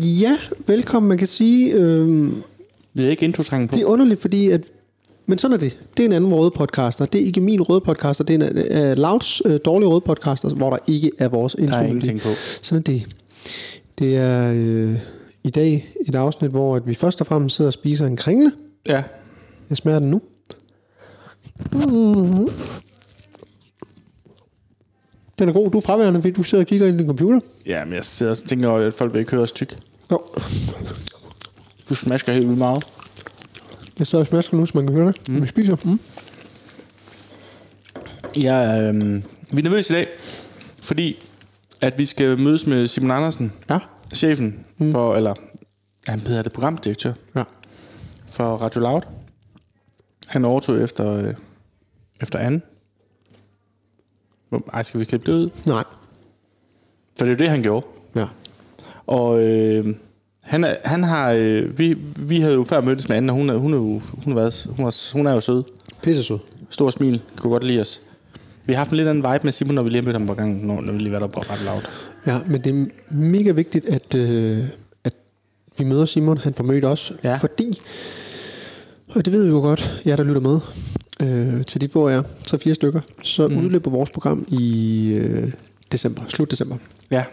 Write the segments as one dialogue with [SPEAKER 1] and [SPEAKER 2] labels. [SPEAKER 1] Ja, velkommen. Man kan sige, øh,
[SPEAKER 2] Vi havde ikke introsrangen på.
[SPEAKER 1] det er underligt, fordi at men sådan er det. Det er en anden røde podcaster. Det er ikke min røde podcaster. Det er en uh, Louds uh, dårlige røde podcaster, hvor der ikke er vores
[SPEAKER 2] der
[SPEAKER 1] instrument.
[SPEAKER 2] er
[SPEAKER 1] i.
[SPEAKER 2] ingenting på.
[SPEAKER 1] Sådan er det. Det er øh, i dag et afsnit, hvor at vi først og fremmest sidder og spiser en kringle.
[SPEAKER 2] Ja.
[SPEAKER 1] Jeg smager den nu. Mm-hmm. Den er god. Du er fraværende, fordi du sidder og kigger ind i din computer.
[SPEAKER 2] Ja, men jeg sidder og tænker, at folk vil ikke høre os tyk.
[SPEAKER 1] Jo,
[SPEAKER 2] Du smasker helt vildt meget.
[SPEAKER 1] jeg sidder og smasker nu, så man kan høre det. Mm. Vi spiser. Mm.
[SPEAKER 2] Jeg er, øhm, vi er nervøse i dag, fordi at vi skal mødes med Simon Andersen,
[SPEAKER 1] Ja.
[SPEAKER 2] chefen for, eller han hedder det programdirektør
[SPEAKER 1] Ja.
[SPEAKER 2] for Radio Loud. Han overtog efter, øh, efter anden. Ej, skal vi klippe det ud?
[SPEAKER 1] Nej.
[SPEAKER 2] For det er jo det, han gjorde.
[SPEAKER 1] Ja.
[SPEAKER 2] Og øh, han, er, han har... Øh, vi, vi havde jo før mødtes med Anne, og hun, er- hun, er, jo- hun, hun, er, hun, er, hun er jo sød.
[SPEAKER 1] Pisse sød.
[SPEAKER 2] Stor smil. Kunne godt lide os. Vi har haft en lidt anden vibe med Simon, når vi lige har mødt ham på gangen, når, når vi lige var der på ret lavt.
[SPEAKER 1] Ja, men det er mega vigtigt, at, øh, at vi møder Simon. Han får mødt os,
[SPEAKER 2] Ja.
[SPEAKER 1] fordi, og det ved vi jo godt, jer der lytter med, øh, til de få af jer, så fire stykker, så mm. udløber vores program i øh, december, slut december.
[SPEAKER 2] Ja.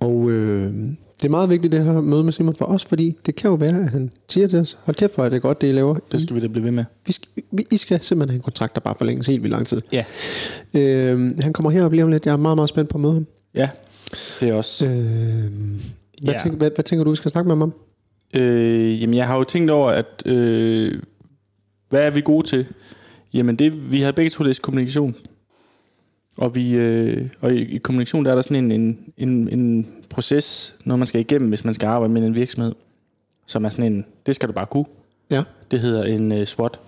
[SPEAKER 1] Og øh, det er meget vigtigt det her møde med Simon for os, fordi det kan jo være, at han siger til os, hold kæft for, at det er godt, det I laver.
[SPEAKER 2] Det
[SPEAKER 1] I,
[SPEAKER 2] skal vi da blive ved med.
[SPEAKER 1] vi skal, vi, I skal simpelthen have en kontrakt, der bare forlænges helt vildt lang tid.
[SPEAKER 2] Ja.
[SPEAKER 1] Øh, han kommer herop lige om lidt, jeg er meget, meget spændt på at møde ham.
[SPEAKER 2] Ja. Det er også...
[SPEAKER 1] Øh, hvad,
[SPEAKER 2] Ja.
[SPEAKER 1] tænker, hvad, hvad tænker du, vi skal snakke med ham om?
[SPEAKER 2] Øh, jamen, jeg har jo tænkt over, at... Øh, hvad er vi gode til? Jamen, det, vi havde begge to læst kommunikation. Og, vi, øh, og i, i kommunikation, der er der sådan en, en, en, en proces, noget man skal igennem, hvis man skal arbejde med en virksomhed, som er sådan en, det skal du bare kunne.
[SPEAKER 1] Ja.
[SPEAKER 2] Det hedder en øh, SWOT.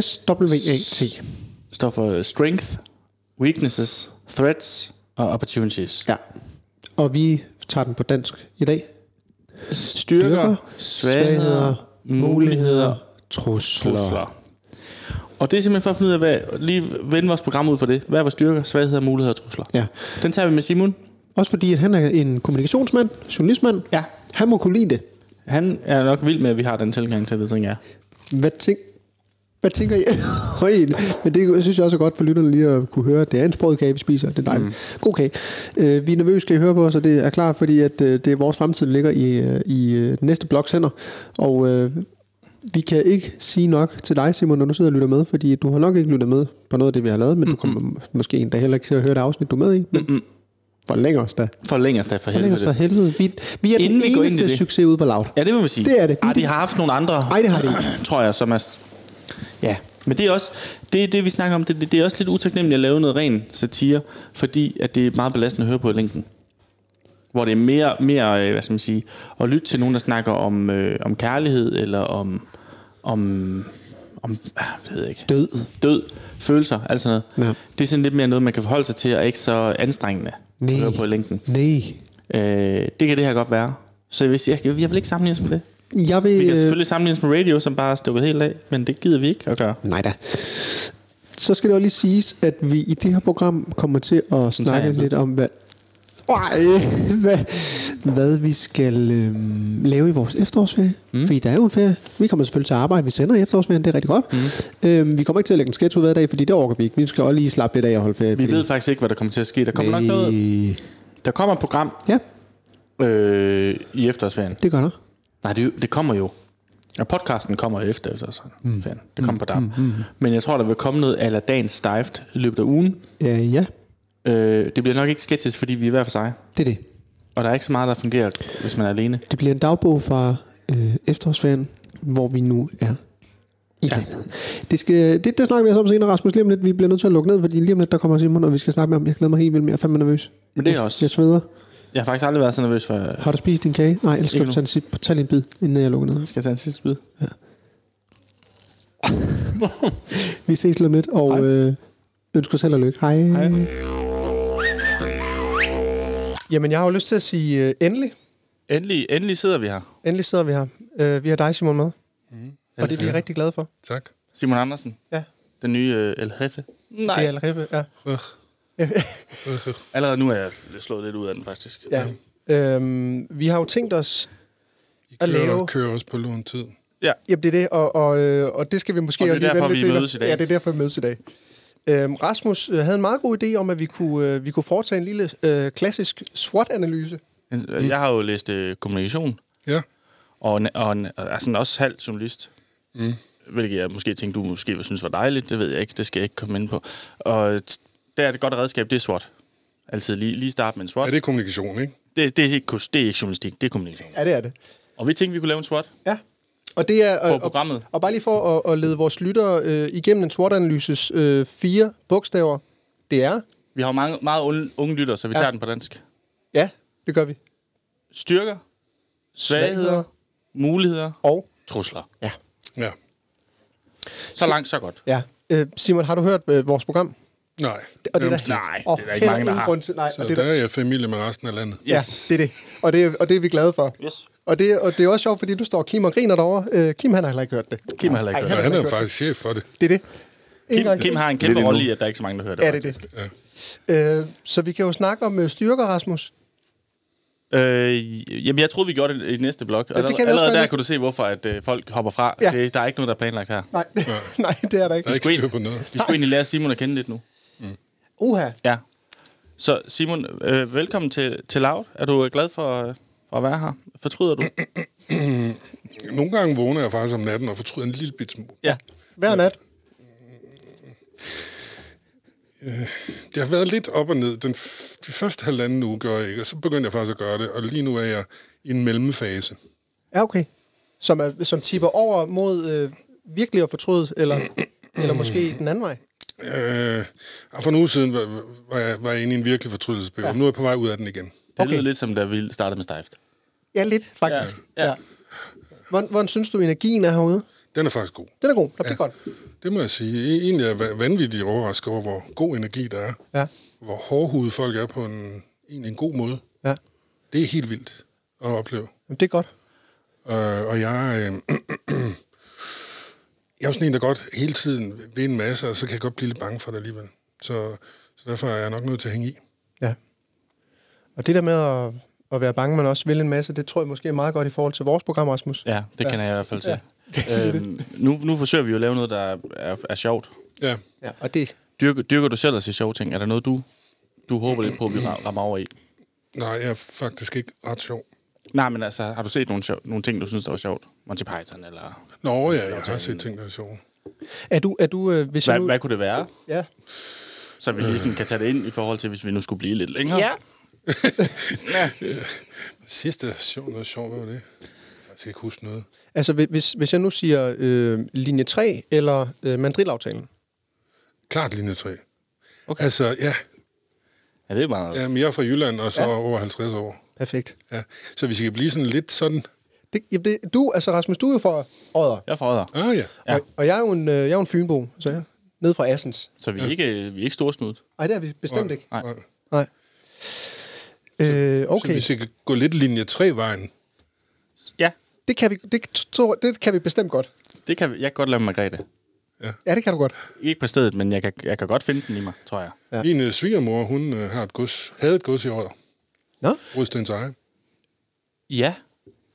[SPEAKER 1] S-W-A-T.
[SPEAKER 2] Står for Strength, Weaknesses, Threats og Opportunities.
[SPEAKER 1] Ja. Og vi tager den på dansk i dag.
[SPEAKER 2] Styrker,
[SPEAKER 1] Styrker,
[SPEAKER 2] svagheder, muligheder
[SPEAKER 1] trusler.
[SPEAKER 2] trusler. Og det er simpelthen for at finde ud af, hvad, lige vende vores program ud for det. Hvad er vores styrker, svagheder, muligheder og trusler?
[SPEAKER 1] Ja.
[SPEAKER 2] Den tager vi med Simon.
[SPEAKER 1] Også fordi, at han er en kommunikationsmand, journalistmand.
[SPEAKER 2] Ja.
[SPEAKER 1] Han må kunne lide det.
[SPEAKER 2] Han er nok vild med, at vi har den tilgang til det, tænker jeg.
[SPEAKER 1] Hvad, tænk, hvad tænker I? Høj, men det synes jeg også er godt for lytterne lige at kunne høre. Det er en sprød kage, vi spiser. Det er dejligt. Mm. God kage. Øh, vi er nervøse, skal I høre på os, og det er klart, fordi at, øh, det er vores fremtid, der ligger i, øh, i øh, den næste blogs hænder. Og øh, vi kan ikke sige nok til dig, Simon, når du sidder og lytter med, fordi du har nok ikke lyttet med på noget af det, vi har lavet, men du kommer måske endda heller ikke til at høre det afsnit, du er med i. Men mm for længe os da.
[SPEAKER 2] For længere stadig for
[SPEAKER 1] For længe
[SPEAKER 2] helvede.
[SPEAKER 1] os for helvede. Vi, vi er
[SPEAKER 2] Inden vi
[SPEAKER 1] den
[SPEAKER 2] går ind i
[SPEAKER 1] eneste
[SPEAKER 2] det.
[SPEAKER 1] succes ude på laut.
[SPEAKER 2] Ja, det må man sige.
[SPEAKER 1] Det er det.
[SPEAKER 2] Ej, de har haft nogle andre,
[SPEAKER 1] Ej, det har de ikke.
[SPEAKER 2] tror jeg, som er... Ja, men det er også, det, det vi snakker om, det, det, det er også lidt utaknemmeligt at lave noget ren satire, fordi at det er meget belastende at høre på i længden. Hvor det er mere, mere øh, hvad skal man sige, at lytte til nogen, der snakker om, øh, om kærlighed, eller om, om, om ah, jeg ved jeg ikke,
[SPEAKER 1] Død.
[SPEAKER 2] død, følelser, altså noget.
[SPEAKER 1] Ja.
[SPEAKER 2] Det er sådan lidt mere noget, man kan forholde sig til, og ikke så anstrengende
[SPEAKER 1] Nej.
[SPEAKER 2] at høre på i længden.
[SPEAKER 1] Nej.
[SPEAKER 2] Øh, det kan det her godt være. Så jeg vil, sige, jeg, jeg vil ikke sammenligne os med det.
[SPEAKER 1] Jeg vil,
[SPEAKER 2] Vi kan
[SPEAKER 1] øh,
[SPEAKER 2] selvfølgelig sammenligne os med radio, som bare er stukket helt af, men det gider vi ikke at gøre.
[SPEAKER 1] Nej da. Så skal det også lige siges, at vi i det her program kommer til at snakke
[SPEAKER 2] jeg den.
[SPEAKER 1] lidt om, hvad, Ej, hvad, hvad vi skal øhm, lave i vores efterårsferie. Mm. Fordi der er jo en ferie. Vi kommer selvfølgelig til at arbejde. Vi sender i efterårsferien, det er rigtig godt. Mm. Øhm, vi kommer ikke til at lægge en sketch ud hver dag, fordi det overgår vi ikke. Vi skal også lige slappe lidt af og holde ferie.
[SPEAKER 2] Vi ved faktisk ikke, hvad der kommer til at ske. Der kommer nok noget. Der kommer et program
[SPEAKER 1] Ja,
[SPEAKER 2] øh, i efterårsferien.
[SPEAKER 1] det gør der.
[SPEAKER 2] Nej, det, er jo- det kommer jo. Ja, podcasten kommer efter efterårsferien. Mm. Det kommer på DAP. Mm, mm, Men jeg tror, der vil komme noget ala dagens stift i løbet af ugen.
[SPEAKER 1] Ja, ja,
[SPEAKER 2] Øh, det bliver nok ikke sketches, fordi vi er hver for sig.
[SPEAKER 1] det er det.
[SPEAKER 2] Og der er ikke så meget, der fungerer, hvis man er alene.
[SPEAKER 1] Det bliver en dagbog fra øh, efterårsferien, hvor vi nu er i ja. det, skal, det, det snakker vi også om senere, Rasmus. Lige om lidt, vi bliver nødt til at lukke ned, fordi lige om lidt, der kommer Simon, og vi skal snakke med ham. Jeg glæder mig helt vildt, men jeg er fandme nervøs.
[SPEAKER 2] Men det er
[SPEAKER 1] Jeg
[SPEAKER 2] også...
[SPEAKER 1] sveder.
[SPEAKER 2] Jeg har faktisk aldrig været så nervøs for...
[SPEAKER 1] Har du spist din kage? Nej, ellers skal
[SPEAKER 2] Ikke
[SPEAKER 1] du
[SPEAKER 2] nu.
[SPEAKER 1] tage en, sip- tage en bid, inden jeg lukker ned.
[SPEAKER 2] Skal jeg tage en sidste bid?
[SPEAKER 1] Vi ses lige om lidt, og øh, ønsker selv og lykke. Hej. Hej. Jamen, jeg har jo lyst til at sige, øh, endelig,
[SPEAKER 3] Endelig, endelig sidder vi her.
[SPEAKER 1] endelig sidder vi her. Øh, vi har dig, Simon, med.
[SPEAKER 2] Mm-hmm.
[SPEAKER 1] Mm. Og det er vi rigtig glade for.
[SPEAKER 4] Tak.
[SPEAKER 2] Simon Andersen.
[SPEAKER 1] Ja.
[SPEAKER 2] Den nye øh, El Jefe.
[SPEAKER 1] Nej. Det er allerede, ja.
[SPEAKER 4] Øh,
[SPEAKER 2] Allerede nu er jeg slået lidt ud af den, faktisk.
[SPEAKER 1] Ja. Øhm, vi har jo tænkt os...
[SPEAKER 4] I
[SPEAKER 1] At lave-
[SPEAKER 4] kører, kører også på lån tid.
[SPEAKER 1] Jamen, det er det, og, og, øh, og det skal vi måske...
[SPEAKER 5] Og det er
[SPEAKER 1] også lige vende
[SPEAKER 5] derfor,
[SPEAKER 1] lidt
[SPEAKER 5] vi
[SPEAKER 1] til, når-
[SPEAKER 5] mødes i dag.
[SPEAKER 1] Ja, det er derfor, vi mødes i dag. Øhm, Rasmus øh, havde en meget god idé om, at vi kunne, øh, vi kunne foretage en lille øh, klassisk SWOT-analyse.
[SPEAKER 5] Jeg har jo læst øh, kommunikation,
[SPEAKER 4] Ja.
[SPEAKER 5] og, na- og na- er sådan også halv journalist. Mm. Hvilket jeg måske tænkte, du måske ville synes var dejligt. Det ved jeg ikke. Det skal jeg ikke komme ind på. Og t- der er et godt redskab, det er SWOT. Altså lige, lige starte med en SWOT.
[SPEAKER 4] ja, det er kommunikation, ikke?
[SPEAKER 5] Det, det, er ikke, kus- det er ikke journalistik, det er kommunikation.
[SPEAKER 1] Ja, det er det.
[SPEAKER 5] Og vi tænkte, vi kunne lave en SWOT.
[SPEAKER 1] Ja. Og det er... og-
[SPEAKER 5] På programmet.
[SPEAKER 1] Og, og bare lige for at, at lede vores lyttere øh, igennem en SWOT-analyses øh, fire bogstaver. Det er...
[SPEAKER 5] Vi har jo mange, meget unge, unge lytter, så vi
[SPEAKER 1] Ja.
[SPEAKER 5] ja. tager den på dansk.
[SPEAKER 1] Ja, det gør vi.
[SPEAKER 5] Styrker, svagheder, muligheder,
[SPEAKER 1] Og...
[SPEAKER 5] trusler.
[SPEAKER 1] Ja.
[SPEAKER 4] Ja.
[SPEAKER 5] Så langt, så godt.
[SPEAKER 1] ja. Øh, Simon, har du hørt øh, vores program?
[SPEAKER 4] Nej.
[SPEAKER 1] Og det er der,
[SPEAKER 4] Jamen,
[SPEAKER 5] Øhm, nej, det er
[SPEAKER 1] og
[SPEAKER 5] der ikke mange, der har.
[SPEAKER 1] Grund til, nej,
[SPEAKER 4] Så
[SPEAKER 1] og
[SPEAKER 4] det
[SPEAKER 1] det er
[SPEAKER 4] der
[SPEAKER 1] der,
[SPEAKER 4] er jeg familie med resten af landet.
[SPEAKER 1] ja,
[SPEAKER 5] Yes.
[SPEAKER 1] det er det. Og det, er- og det er vi glade for.
[SPEAKER 5] Yes.
[SPEAKER 1] Og det, og det er også sjovt, fordi du står Kim og griner derovre. Øh, Kim, han har heller ikke hørt det.
[SPEAKER 5] Kim har heller ikke
[SPEAKER 1] Ej,
[SPEAKER 5] hørt
[SPEAKER 4] Ja,
[SPEAKER 1] han
[SPEAKER 4] han er
[SPEAKER 1] godt.
[SPEAKER 4] jo faktisk chef for det.
[SPEAKER 1] Det er det. En
[SPEAKER 5] Kim, Kim har en kæmpe
[SPEAKER 2] Lidt
[SPEAKER 5] rolle i,
[SPEAKER 2] endnu.
[SPEAKER 5] at der er ikke så mange, der hører det.
[SPEAKER 1] Ja, det er det.
[SPEAKER 4] Ja.
[SPEAKER 1] Øh, så vi kan jo snakke om øh, styrker, Rasmus.
[SPEAKER 5] Øh, jamen, jeg troede, vi gjorde det i næste blog. Ja,
[SPEAKER 1] det kan vi også
[SPEAKER 5] Allerede
[SPEAKER 1] gøre
[SPEAKER 5] der
[SPEAKER 1] næste-
[SPEAKER 5] kunne du se, hvorfor at, øh, folk hopper fra.
[SPEAKER 1] Ja.
[SPEAKER 5] Ja. Det, der er ikke noget, der er planlagt her.
[SPEAKER 1] Nej, nej, det er der
[SPEAKER 4] Der er
[SPEAKER 1] ikke.
[SPEAKER 4] ikke styr på noget.
[SPEAKER 5] Vi skulle egentlig lære Simon at kende lidt nu.
[SPEAKER 1] Uha.
[SPEAKER 5] Ja. Så Simon, øh, velkommen til, til Loud. Er du øh, glad for, øh, for at være her? Fortryder du?
[SPEAKER 4] Nogle gange vågner jeg faktisk om natten og fortryder en lille bit smule.
[SPEAKER 5] ja.
[SPEAKER 1] Hver nat.
[SPEAKER 4] Det har været lidt op og ned. Den f- de første halvanden uge gør jeg ikke, og så begyndte jeg faktisk at gøre det. Og lige nu er jeg i en mellemfase.
[SPEAKER 1] Ja, okay. Som, er, som tipper over mod øh, virkelig at fortryde, eller, eller måske den anden vej.
[SPEAKER 4] Øh, og for en uge siden var, var, jeg, var jeg inde i en virkelig fortrydelsesperiode. Ja. Nu er jeg på vej ud af den igen.
[SPEAKER 5] Det
[SPEAKER 1] Okay.
[SPEAKER 5] okay. lyder lidt som, da vi startede med Stift.
[SPEAKER 1] Ja, lidt faktisk.
[SPEAKER 5] Ja, ja.
[SPEAKER 1] Hvordan, hvordan synes du, energien er herude?
[SPEAKER 4] Den er faktisk god.
[SPEAKER 1] Den er god. Nå, det er
[SPEAKER 4] Ja.
[SPEAKER 1] godt.
[SPEAKER 4] Det må jeg sige. E- Egentlig er jeg va- vanvittigt overrasket over, hvor god energi der er.
[SPEAKER 1] Ja.
[SPEAKER 4] Hvor hårdhudet folk er på en, egentlig en god måde.
[SPEAKER 1] ja.
[SPEAKER 4] Det er helt vildt at opleve.
[SPEAKER 1] Jamen, det er godt.
[SPEAKER 4] Øh, og jeg, øh, jeg er jo sådan en, der godt hele tiden vil en masse, og så kan jeg godt blive lidt bange for det alligevel. Så, så derfor er jeg nok nødt til at hænge i.
[SPEAKER 1] Ja. Og det der med at, at være bange, men også vil en masse, det tror jeg måske er meget godt i forhold til vores program, Rasmus.
[SPEAKER 5] Ja, det kender jeg i hvert fald til. Ja. Øhm, nu, nu forsøger vi jo at lave noget, der er, er, er sjovt.
[SPEAKER 4] Ja.
[SPEAKER 1] Ja, og det...
[SPEAKER 5] Dyrker, dyrker du selv at se sjove ting? Er der noget, du, du håber lidt på, at vi ra- rammer over i?
[SPEAKER 4] Nej, jeg er faktisk ikke ret sjov.
[SPEAKER 5] Nej, men altså, har du set nogle, sjov, nogle ting, du synes, der var sjovt? Monty Python, eller...
[SPEAKER 4] Nå ja, jeg har set ting, der er sjove.
[SPEAKER 1] Er du, er du øh, hvis jeg
[SPEAKER 5] Hvad,
[SPEAKER 1] nu...
[SPEAKER 5] hvad kunne det være?
[SPEAKER 1] Ja.
[SPEAKER 5] Så vi lige sådan kan tage det ind i forhold til, hvis vi nu skulle blive lidt længere.
[SPEAKER 1] ja.
[SPEAKER 4] Sidste sjov, noget sjovt, hvad var det? Jeg skal ikke huske noget.
[SPEAKER 1] Altså, hvi- hvis, hvis jeg nu siger øh, linje 3 eller øh, mandrilaftalen.
[SPEAKER 4] Klart linje 3.
[SPEAKER 5] Okay.
[SPEAKER 4] Okay. Altså, ja,
[SPEAKER 5] Ja, det er meget... Ja.
[SPEAKER 4] ja men jeg er fra Jylland, og så ja. over 50 år.
[SPEAKER 1] Perfekt.
[SPEAKER 4] Ja. Så hvis I kan blive sådan lidt sådan...
[SPEAKER 1] Det, jamen, det, du, altså Rasmus, du er jo fra Odder,
[SPEAKER 5] Jeg forråder.
[SPEAKER 4] Ah ja,
[SPEAKER 1] ja.
[SPEAKER 5] Ja.
[SPEAKER 1] og, og jeg er jo en, øh, jeg er jo en fynbo, så jeg nede fra Assens.
[SPEAKER 5] Så vi er ikke, vi er ikke storsnudt.
[SPEAKER 1] Nej, det er vi bestemt
[SPEAKER 4] Nej.
[SPEAKER 1] ikke.
[SPEAKER 5] Nej.
[SPEAKER 1] Nej. Øh,
[SPEAKER 4] okay. så
[SPEAKER 1] okay,
[SPEAKER 4] hvis I kan gå lidt linje 3-vejen.
[SPEAKER 5] Ja,
[SPEAKER 1] det kan, vi, det, tror- det kan vi bestemt godt.
[SPEAKER 5] det kan vi, jeg kan godt lave med Margrethe.
[SPEAKER 1] Ja, det kan du godt.
[SPEAKER 5] Ikke på stedet, men jeg kan, jeg kan godt finde den i mig, tror jeg.
[SPEAKER 1] Ja.
[SPEAKER 4] Ja. Min øh, svigermor, hun øh, har et gods, havde et gods i Odder.
[SPEAKER 1] Nå?
[SPEAKER 4] Rødstens eje.
[SPEAKER 5] Ja.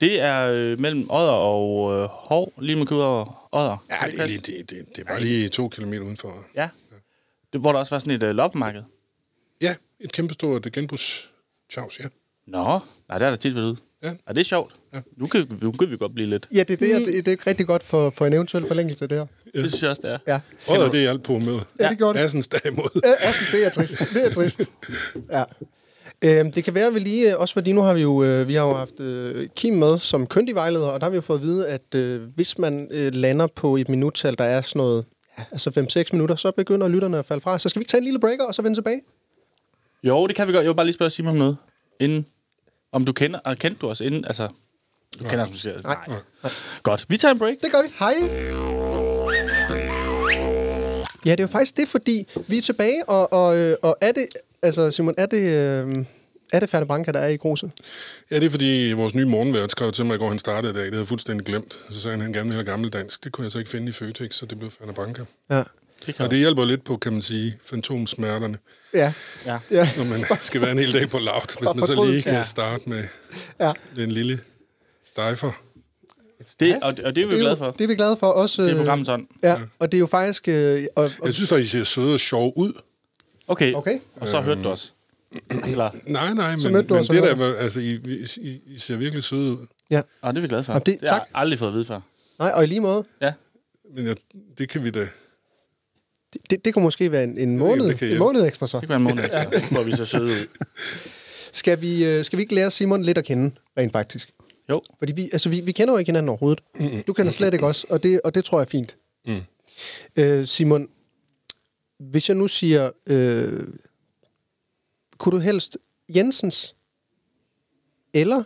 [SPEAKER 5] Det er øh, mellem Odder og øh, Hov, lige med kød over Odder.
[SPEAKER 4] Ja,
[SPEAKER 5] Kan
[SPEAKER 4] det er,
[SPEAKER 5] passe?
[SPEAKER 4] lige, det, det, det er bare lige to kilometer udenfor.
[SPEAKER 5] Ja. Det, hvor der også var sådan et øh, loppemarked.
[SPEAKER 4] Ja, et kæmpestort øh, genbrugs Chaus, ja.
[SPEAKER 5] Nå, nej, der er der tit været ude.
[SPEAKER 4] Ja.
[SPEAKER 5] Og det er sjovt. Ja. Nu, kan, nu kan vi godt blive lidt.
[SPEAKER 1] Ja, det er, det, og det, det er rigtig godt for, for en eventuel forlængelse, det her.
[SPEAKER 5] Det synes jeg også, det er.
[SPEAKER 1] Ja,
[SPEAKER 4] Odder, det er alt på med.
[SPEAKER 1] ja det gjorde det.
[SPEAKER 4] Assens derimod.
[SPEAKER 1] Ja, altså, det er trist. Det er trist. Ja. Øhm, det kan være, at vi lige, øh, også fordi nu har vi jo, øh, vi har jo haft øh, Kim med som kyndig vejleder, og der har vi jo fået at vide, at øh, hvis man øh, lander på et minuttal, der er sådan noget, ja, altså 5-6 minutter, så begynder lytterne at falde fra. Så skal vi ikke tage en lille breaker og så vende tilbage?
[SPEAKER 5] Jo, det kan vi godt. Jeg vil bare lige spørge Simon om noget. Inden, om du kender, og kendte du os inden, altså... Du kender os, som siger. Nej. Nej. Godt, vi tager en break.
[SPEAKER 1] Det gør vi. Hej. Ja, det er jo faktisk det, fordi vi er tilbage, og, og, øh, og er det, altså Simon, er det, øh, er det Færne Branca, der er i gruset?
[SPEAKER 4] Ja, det er fordi vores nye morgenvært skrev til mig i går, han startede i dag. Det havde jeg fuldstændig glemt. Så sagde han, at han gerne ville have gammeldansk. Det kunne jeg så ikke finde i Føtex, så det blev Fanna Banker.
[SPEAKER 1] Ja.
[SPEAKER 5] Det kan
[SPEAKER 4] Og det hjælper lidt på, kan man sige, fantomsmerterne,
[SPEAKER 1] Ja.
[SPEAKER 5] Ja.
[SPEAKER 1] Ja.
[SPEAKER 4] når man skal være en hel dag på lavt, hvis
[SPEAKER 1] Bare
[SPEAKER 4] man så lige
[SPEAKER 1] fortrydelse.
[SPEAKER 4] kan
[SPEAKER 1] Ja.
[SPEAKER 4] starte med
[SPEAKER 1] ja.
[SPEAKER 4] en lille stejfer.
[SPEAKER 5] Det, og, og det er vi jo glade for.
[SPEAKER 1] Det er vi glade for. Også,
[SPEAKER 5] Det er
[SPEAKER 1] øh,
[SPEAKER 5] programmets ånd.
[SPEAKER 1] Ja, og det er jo faktisk... Øh, og, og,
[SPEAKER 4] Jeg synes faktisk, de ser søde og sjove ud.
[SPEAKER 5] Okay. Øh.
[SPEAKER 1] Okay.
[SPEAKER 5] Og så hørte du os. Eller,
[SPEAKER 4] Nej, nej, men, men
[SPEAKER 1] mødte
[SPEAKER 4] det
[SPEAKER 1] du os, så var
[SPEAKER 4] der, var- altså, I, I, I ser virkelig søde ud.
[SPEAKER 1] ja.
[SPEAKER 5] og det er vi glade for.
[SPEAKER 1] Jamen, det-
[SPEAKER 5] det har jeg
[SPEAKER 1] tak.
[SPEAKER 5] aldrig fået at vide før.
[SPEAKER 1] Nej, og i lige måde,
[SPEAKER 5] Ja.
[SPEAKER 4] Men jeg, det kan vi da...
[SPEAKER 1] det, det, det kunne måske være en, en, måned,
[SPEAKER 4] det kan
[SPEAKER 1] en
[SPEAKER 4] hjælpe.
[SPEAKER 1] måned ekstra
[SPEAKER 5] Det
[SPEAKER 1] så.
[SPEAKER 5] kunne være en måned efter, hvor vi så søde ud.
[SPEAKER 1] Skal vi, øh, skal vi ikke lære Simon lidt at kende, rent faktisk?
[SPEAKER 5] Jo.
[SPEAKER 1] Fordi vi, altså, vi, vi kender jo ikke hinanden overhovedet. Du kender slet ikke os, og det, og det tror jeg er fint. Mm. Øh, Simon, hvis jeg nu siger, øh, kunne du helst Jensens, eller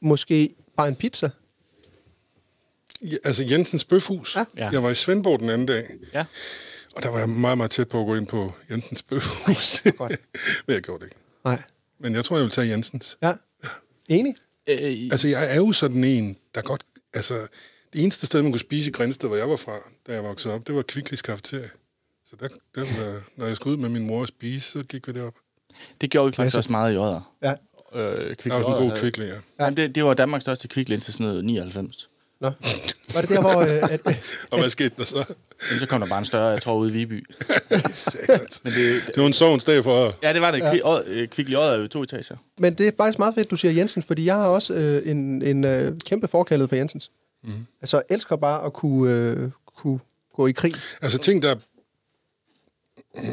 [SPEAKER 1] måske bare en pizza?
[SPEAKER 4] Ja, altså Jensens Bøfhus.
[SPEAKER 1] Ja.
[SPEAKER 5] Ja.
[SPEAKER 4] Jeg var i Svendborg den anden dag,
[SPEAKER 5] Ja.
[SPEAKER 4] og der var jeg meget, meget tæt på at gå ind på Jensens Bøfhus.
[SPEAKER 1] godt.
[SPEAKER 4] men jeg gjorde det ikke.
[SPEAKER 1] Nej.
[SPEAKER 4] Men jeg tror, jeg vil tage Jensens.
[SPEAKER 1] Ja. Enig?
[SPEAKER 5] Øh,
[SPEAKER 4] Altså, jeg er jo sådan en, der godt... Altså, det eneste sted, man kunne spise i Grænsted, hvor jeg var fra, da jeg voksede op, det var Kviklis Cafeteria. Så der, der, der, når jeg skulle ud med min mor og spise, så gik vi derop.
[SPEAKER 5] det gjorde vi faktisk også meget i Odder.
[SPEAKER 1] Ja.
[SPEAKER 5] Øh,
[SPEAKER 4] Der var sådan en god kvikle, ja.
[SPEAKER 5] Ja. Jamen, det, det var Danmarks største kvikle indtil sådan noget 99.
[SPEAKER 1] Nå. Var det der, hvor... Øh, at,
[SPEAKER 4] Og hvad skete der så?
[SPEAKER 5] Men så kom der bare en større, jeg tror, ude i Viby.
[SPEAKER 4] Satans.
[SPEAKER 5] Men det,
[SPEAKER 4] det var en sovens dag for...
[SPEAKER 5] ja, det var det. Kvi, Odder- øh, kvikle i Odder er jo to etager.
[SPEAKER 1] men det er faktisk meget fedt, du siger Jensen, fordi jeg har også øh, en, en øh, kæmpe forkærlighed for Jensens. Mm. Altså, jeg elsker bare at kunne, øh, kunne gå i krig.
[SPEAKER 4] Altså ting, der...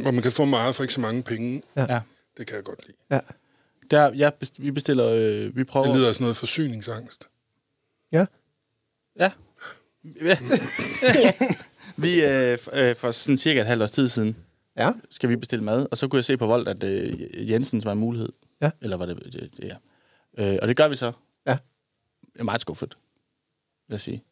[SPEAKER 4] Hvor man kan få meget for ikke så mange penge.
[SPEAKER 1] Ja.
[SPEAKER 5] Ja.
[SPEAKER 4] Det kan jeg godt lide.
[SPEAKER 1] Ja.
[SPEAKER 5] Der, jeg best, vi bestiller, øh, vi prøver...
[SPEAKER 4] Det lyder af sådan noget forsyningsangst.
[SPEAKER 1] ja.
[SPEAKER 5] Ja. ja. vi, øh, f- øh, for sådan cirka et halvt års tid siden,
[SPEAKER 1] Ja.
[SPEAKER 5] skal vi bestille mad, og så kunne jeg se på Volt, at øh, Jensens var en mulighed.
[SPEAKER 1] Ja.
[SPEAKER 5] Eller var det... det, det ja. øh, og det gør vi så.
[SPEAKER 1] Ja.
[SPEAKER 5] Jeg er meget skuffet, vil jeg sige.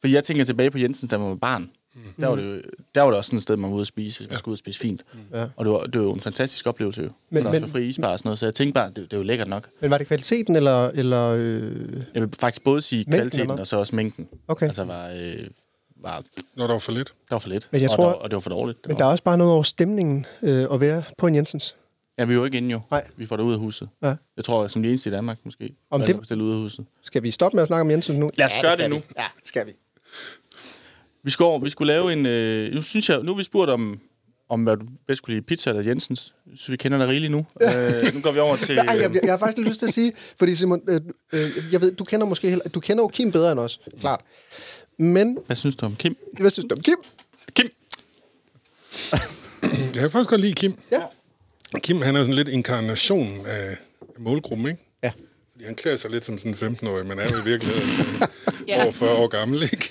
[SPEAKER 5] Fordi jeg tænker tilbage på Jensens, da man var barn. Mm. Der, var det jo, der var det også sådan et sted, man var ude at spise, hvis man skulle ud og spise fint.
[SPEAKER 1] Ja.
[SPEAKER 5] Og det var, det var jo en fantastisk oplevelse jo. Men,
[SPEAKER 1] Men-
[SPEAKER 5] Mm. men også
[SPEAKER 1] men-
[SPEAKER 5] var fri isbar og sådan noget, så jeg tænkte bare, det, det er jo lækkert nok.
[SPEAKER 1] Men var det kvaliteten, eller... eller øh,
[SPEAKER 5] Jeg vil faktisk både sige
[SPEAKER 1] Mængden af
[SPEAKER 5] kvaliteten
[SPEAKER 1] mad?
[SPEAKER 5] og så også mængden.
[SPEAKER 1] Okay.
[SPEAKER 5] Altså var, øh, var
[SPEAKER 4] Når der var for lidt.
[SPEAKER 5] der var for lidt.
[SPEAKER 1] Men jeg
[SPEAKER 5] og,
[SPEAKER 1] tror-
[SPEAKER 5] der, og det var for dårligt.
[SPEAKER 1] men der
[SPEAKER 5] var.
[SPEAKER 1] er også bare noget over stemningen øh, at være på en Jensens.
[SPEAKER 5] Ja, vi er jo ikke inde jo.
[SPEAKER 1] Nej.
[SPEAKER 5] Vi får det ud af huset.
[SPEAKER 1] Ja.
[SPEAKER 5] Jeg tror, som de eneste i Danmark måske.
[SPEAKER 1] Om
[SPEAKER 5] Om
[SPEAKER 1] det-
[SPEAKER 5] det... Bestille ud af huset.
[SPEAKER 1] Skal vi stoppe med at snakke om Jensens nu?
[SPEAKER 5] Lad os gøre det nu.
[SPEAKER 1] Ja, skal vi.
[SPEAKER 5] Vi skulle, over- vi skulle lave en... Øh, nu synes jeg... Nu har vi spurgt om, om hvad du bedst kunne lide, pizza eller Jensens. Så vi kender dig rigeligt nu. øh, nu går vi over til...
[SPEAKER 1] Ej, jeg, jeg, jeg har faktisk lidt lyst til at sige, fordi Simon, øh, øh, jeg ved, du kender måske heller, du kender jo Kim bedre end os, klart. Men,
[SPEAKER 5] øh, Hvad synes du om Kim?
[SPEAKER 1] hvad synes du om Kim?
[SPEAKER 5] Kim!
[SPEAKER 4] Jeg kan faktisk godt lide Kim.
[SPEAKER 1] Ja.
[SPEAKER 4] Kim, han er sådan lidt inkarnationen af af målgruppen, ikke?
[SPEAKER 1] Ja.
[SPEAKER 4] Fordi han klæder sig lidt som sådan en 15-årig, men er jo i virkeligheden øh, over 40 år gammel, ikke?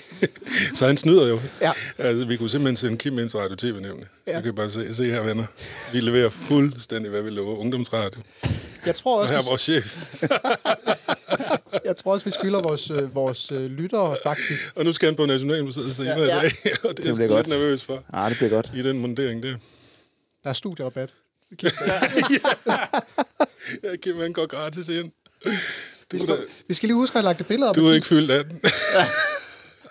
[SPEAKER 4] Så han snyder jo.
[SPEAKER 1] Ja.
[SPEAKER 4] Altså, vi kunne simpelthen sende Kim ind til Radio TV-nævnet. Ja.
[SPEAKER 1] Ja.
[SPEAKER 4] Så kan I bare se, se her, venner. Vi leverer fuldstændig, hvad vi lover. Ungdomsradio.
[SPEAKER 1] Jeg tror
[SPEAKER 4] Og
[SPEAKER 1] også,
[SPEAKER 4] her er
[SPEAKER 1] vi-
[SPEAKER 4] vores chef.
[SPEAKER 1] jeg tror også vi skylder vores, øh, vores øh, lyttere faktisk.
[SPEAKER 4] Og nu skal han på Nationalmuseet senere ja,
[SPEAKER 1] Ja.
[SPEAKER 4] ja. i dag. Og det er
[SPEAKER 6] bliver
[SPEAKER 4] jeg sgu lidt
[SPEAKER 6] godt.
[SPEAKER 4] nervøs for.
[SPEAKER 6] Ah, det bliver godt.
[SPEAKER 4] I den mundering der.
[SPEAKER 1] Der er studierabat.
[SPEAKER 4] Ja, Kim, han går gratis ind. Du,
[SPEAKER 1] Vi
[SPEAKER 4] er da-
[SPEAKER 1] skal, vi skal lige huske at have lagt et billede op.
[SPEAKER 4] du er ikke fyldt af den.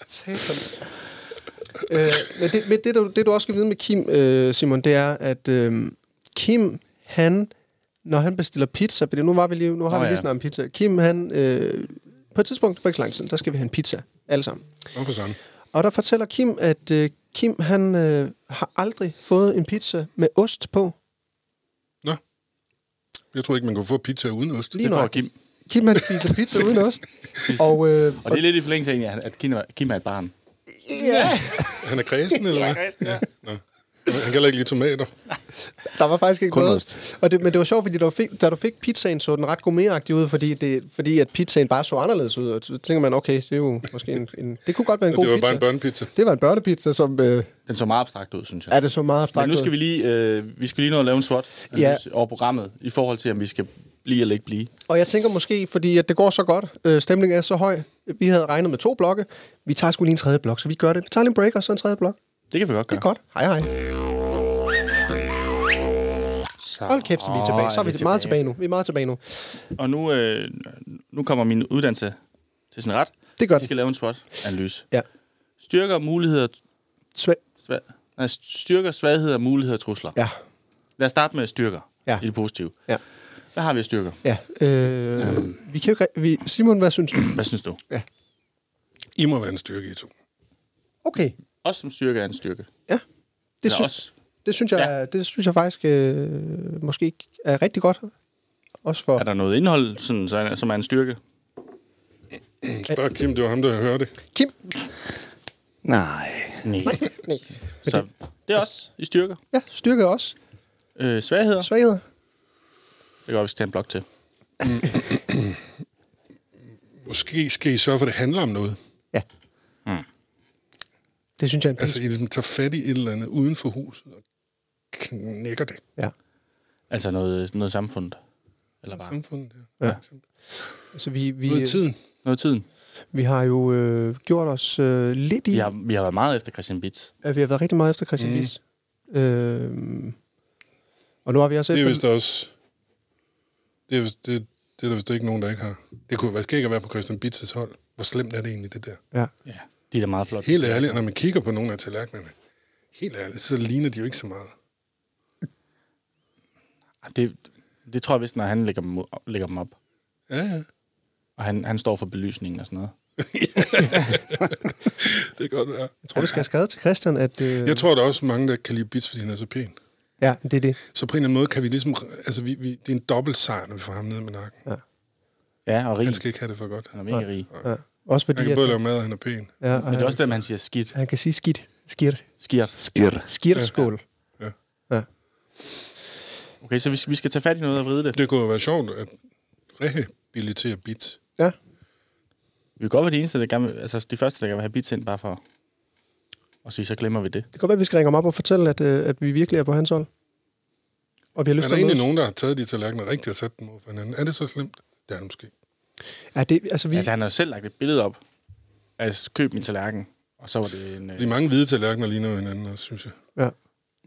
[SPEAKER 1] Satan. øh, men det, men det, du, det, du også skal vide med Kim, øh, Simon, det er, at øh, Kim, han, når han bestiller pizza, fordi nu, var vi lige, nu har
[SPEAKER 5] Nå
[SPEAKER 1] vi lige
[SPEAKER 5] ja.
[SPEAKER 1] snakket om pizza. Kim, han, øh, på et tidspunkt, for ikke så lang tid, der skal vi have en pizza, alle sammen.
[SPEAKER 4] Hvorfor sådan?
[SPEAKER 1] Og der fortæller Kim, at øh, Kim, han øh, har aldrig fået en pizza med ost på.
[SPEAKER 4] Nå. Jeg tror ikke, man kunne få pizza uden ost.
[SPEAKER 1] Lige
[SPEAKER 5] Det får
[SPEAKER 1] nøjagtigt.
[SPEAKER 5] Kim.
[SPEAKER 1] Kim, han spiser pizza uden ost. Og, øh,
[SPEAKER 5] Og det er lidt i forlængelse af, egentlig, at Kim er, Kim er et barn.
[SPEAKER 4] Han er kredsen, eller hvad?
[SPEAKER 1] kræsen, ja.
[SPEAKER 4] Nå. Han kan heller ikke lide tomater.
[SPEAKER 1] Der var faktisk ikke
[SPEAKER 6] Kun
[SPEAKER 1] noget.
[SPEAKER 6] ost.
[SPEAKER 1] Og det, men det var sjovt, fordi da du fik, da du fik pizzaen, så den ret gourmetagtig ud, fordi, det, fordi at pizzaen bare så anderledes ud. Og så tænker man, okay, det er jo måske en... en det kunne godt være en
[SPEAKER 4] Og
[SPEAKER 1] god
[SPEAKER 4] det var
[SPEAKER 1] pizza.
[SPEAKER 4] bare en børnepizza.
[SPEAKER 1] det var en børnepizza, som... Øh,
[SPEAKER 5] Den så meget abstrakt ud, synes jeg.
[SPEAKER 1] er det så meget abstrakt
[SPEAKER 5] Men nu skal vi lige, øh, vi skal lige nå at lave en SWOT
[SPEAKER 1] Ja.
[SPEAKER 5] ja. over programmet, i forhold til, om vi skal blive eller ikke blive.
[SPEAKER 1] Og jeg tænker måske, fordi at det går så godt, øh, stemningen er så høj, vi havde regnet med to blokke, vi tager sgu lige en tredje blok, så vi gør det. Vi tager lige en break, og så en tredje blok.
[SPEAKER 5] Det kan vi godt
[SPEAKER 1] Det
[SPEAKER 5] gøre.
[SPEAKER 1] er godt. Hej hej. Hold kæft, så vi er tilbage. Så er vi meget tilbage nu. Vi er meget tilbage nu.
[SPEAKER 5] Og nu, øh, nu kommer min uddannelse til sin ret.
[SPEAKER 1] Det gør
[SPEAKER 5] Vi
[SPEAKER 1] den.
[SPEAKER 5] skal lave en SWOT-analyse.
[SPEAKER 1] Ja.
[SPEAKER 5] Styrker, muligheder,
[SPEAKER 1] Svend.
[SPEAKER 5] svæ- Nej, styrker, svagheder, muligheder og trusler.
[SPEAKER 1] Ja.
[SPEAKER 5] Lad os starte med styrker
[SPEAKER 1] Ja.
[SPEAKER 5] i det positive.
[SPEAKER 1] Ja.
[SPEAKER 5] Hvad har vi af styrker?
[SPEAKER 1] Ja. Øh, vi kan jo, ikke- vi, Simon, hvad synes du?
[SPEAKER 5] Hvad synes du?
[SPEAKER 4] I må være en styrke i to.
[SPEAKER 1] Okay.
[SPEAKER 5] Os som styrke er en styrke.
[SPEAKER 1] Ja. Det,
[SPEAKER 5] Eller
[SPEAKER 1] sy-
[SPEAKER 5] os.
[SPEAKER 1] det, synes jeg,
[SPEAKER 5] Ja.
[SPEAKER 1] det synes jeg faktisk øh, måske ikke er rigtig godt. Også for...
[SPEAKER 5] Er der noget indhold, sådan, så- som er en styrke?
[SPEAKER 4] Spørg Kim, det var ham, der hørte det.
[SPEAKER 1] Kim?
[SPEAKER 5] Nej. Nej.
[SPEAKER 1] Nej.
[SPEAKER 5] Så det er os i styrker.
[SPEAKER 1] Ja, styrke også.
[SPEAKER 5] Øh, svagheder.
[SPEAKER 1] Svagheder.
[SPEAKER 5] Det kan godt, vi skal tage en blok til.
[SPEAKER 4] Måske skal I sørge for, at det handler om noget.
[SPEAKER 1] Ja. Mm. Det synes jeg er en altså,
[SPEAKER 4] Altså, I ligesom tager fat i et eller andet uden for huset og knækker det.
[SPEAKER 1] ja.
[SPEAKER 5] Altså noget, noget samfund. Eller bare
[SPEAKER 4] Samfundet, ja. ja.
[SPEAKER 1] Altså, vi, vi,
[SPEAKER 4] Ud i tiden.
[SPEAKER 5] noget tiden.
[SPEAKER 1] vi har jo øh, gjort os øh, lidt i,
[SPEAKER 5] Vi
[SPEAKER 1] ja.
[SPEAKER 5] har, vi har været meget efter Christian Bits.
[SPEAKER 1] at vi har været rigtig meget efter Christian mm. Bis. Øh, og nu har vi også...
[SPEAKER 4] Det er
[SPEAKER 1] efter-
[SPEAKER 4] vist også... Det er, vist, det, det er der vist ikke nogen, der ikke har. Det kunne være ikke at være på Christian Bitzes hold. Hvor slemt er det egentlig, det der?
[SPEAKER 1] Ja.
[SPEAKER 5] Ja. De er da meget flotte.
[SPEAKER 4] Helt ærligt, når man kigger på nogle af tallerkenerne, helt ærligt, så ligner de jo ikke så meget.
[SPEAKER 5] Det, det tror jeg vist, når han lægger dem, ud- lægger dem op.
[SPEAKER 4] Ja, ja.
[SPEAKER 5] Og han, han står for belysningen og sådan noget.
[SPEAKER 4] Det kan godt være.
[SPEAKER 1] Jeg tror, vi skal have skrevet til Christian, at... Øh,
[SPEAKER 4] Jeg tror, der er også mange, der kan lide Bits, fordi han er så pæn.
[SPEAKER 1] Ja, det er det.
[SPEAKER 4] Så på en eller anden måde kan vi ligesom... Altså, vi, vi, det er en dobbelt sejr, når vi får ham ned med nakken.
[SPEAKER 5] Ja, og rig.
[SPEAKER 4] Han skal ikke have det for godt.
[SPEAKER 5] Han er mega rig.
[SPEAKER 1] Ja. Også fordi,
[SPEAKER 4] Han kan
[SPEAKER 1] at,
[SPEAKER 4] både lave mad, og han er pæn.
[SPEAKER 1] ja, og
[SPEAKER 5] Men det er
[SPEAKER 1] han,
[SPEAKER 5] også det, man siger skidt.
[SPEAKER 1] han kan sige skidt. Skidt.
[SPEAKER 5] Skirt.
[SPEAKER 1] Skirtskål.
[SPEAKER 4] Ja.
[SPEAKER 1] Ja.
[SPEAKER 5] Okay, så vi, vi skal tage fat i noget og vride det.
[SPEAKER 4] Det kunne jo være sjovt at rehabilitere Bits.
[SPEAKER 1] ja.
[SPEAKER 5] Vi kan godt være de eneste, der gerne vil, altså de første, der gerne vil have bits ind, bare for at sige, så glemmer vi det.
[SPEAKER 1] Det kan godt være, at vi skal ringe ham op og fortælle, at, øh, at vi virkelig er på hans hold. Og vi har lyst
[SPEAKER 4] Er
[SPEAKER 1] til
[SPEAKER 4] der
[SPEAKER 1] at mødes.
[SPEAKER 4] egentlig nogen, der har taget de tallerkener rigtigt og sat dem over for hinanden? Er det så slemt? Det er det måske.
[SPEAKER 1] Ja, det, altså, vi,
[SPEAKER 5] Altså, han har jo selv lagt et billede op. Altså, køb min tallerken. Og så var det en... øh,
[SPEAKER 4] Fordi mange hvide tallerkener ligner jo hinanden også, synes jeg.
[SPEAKER 1] ja.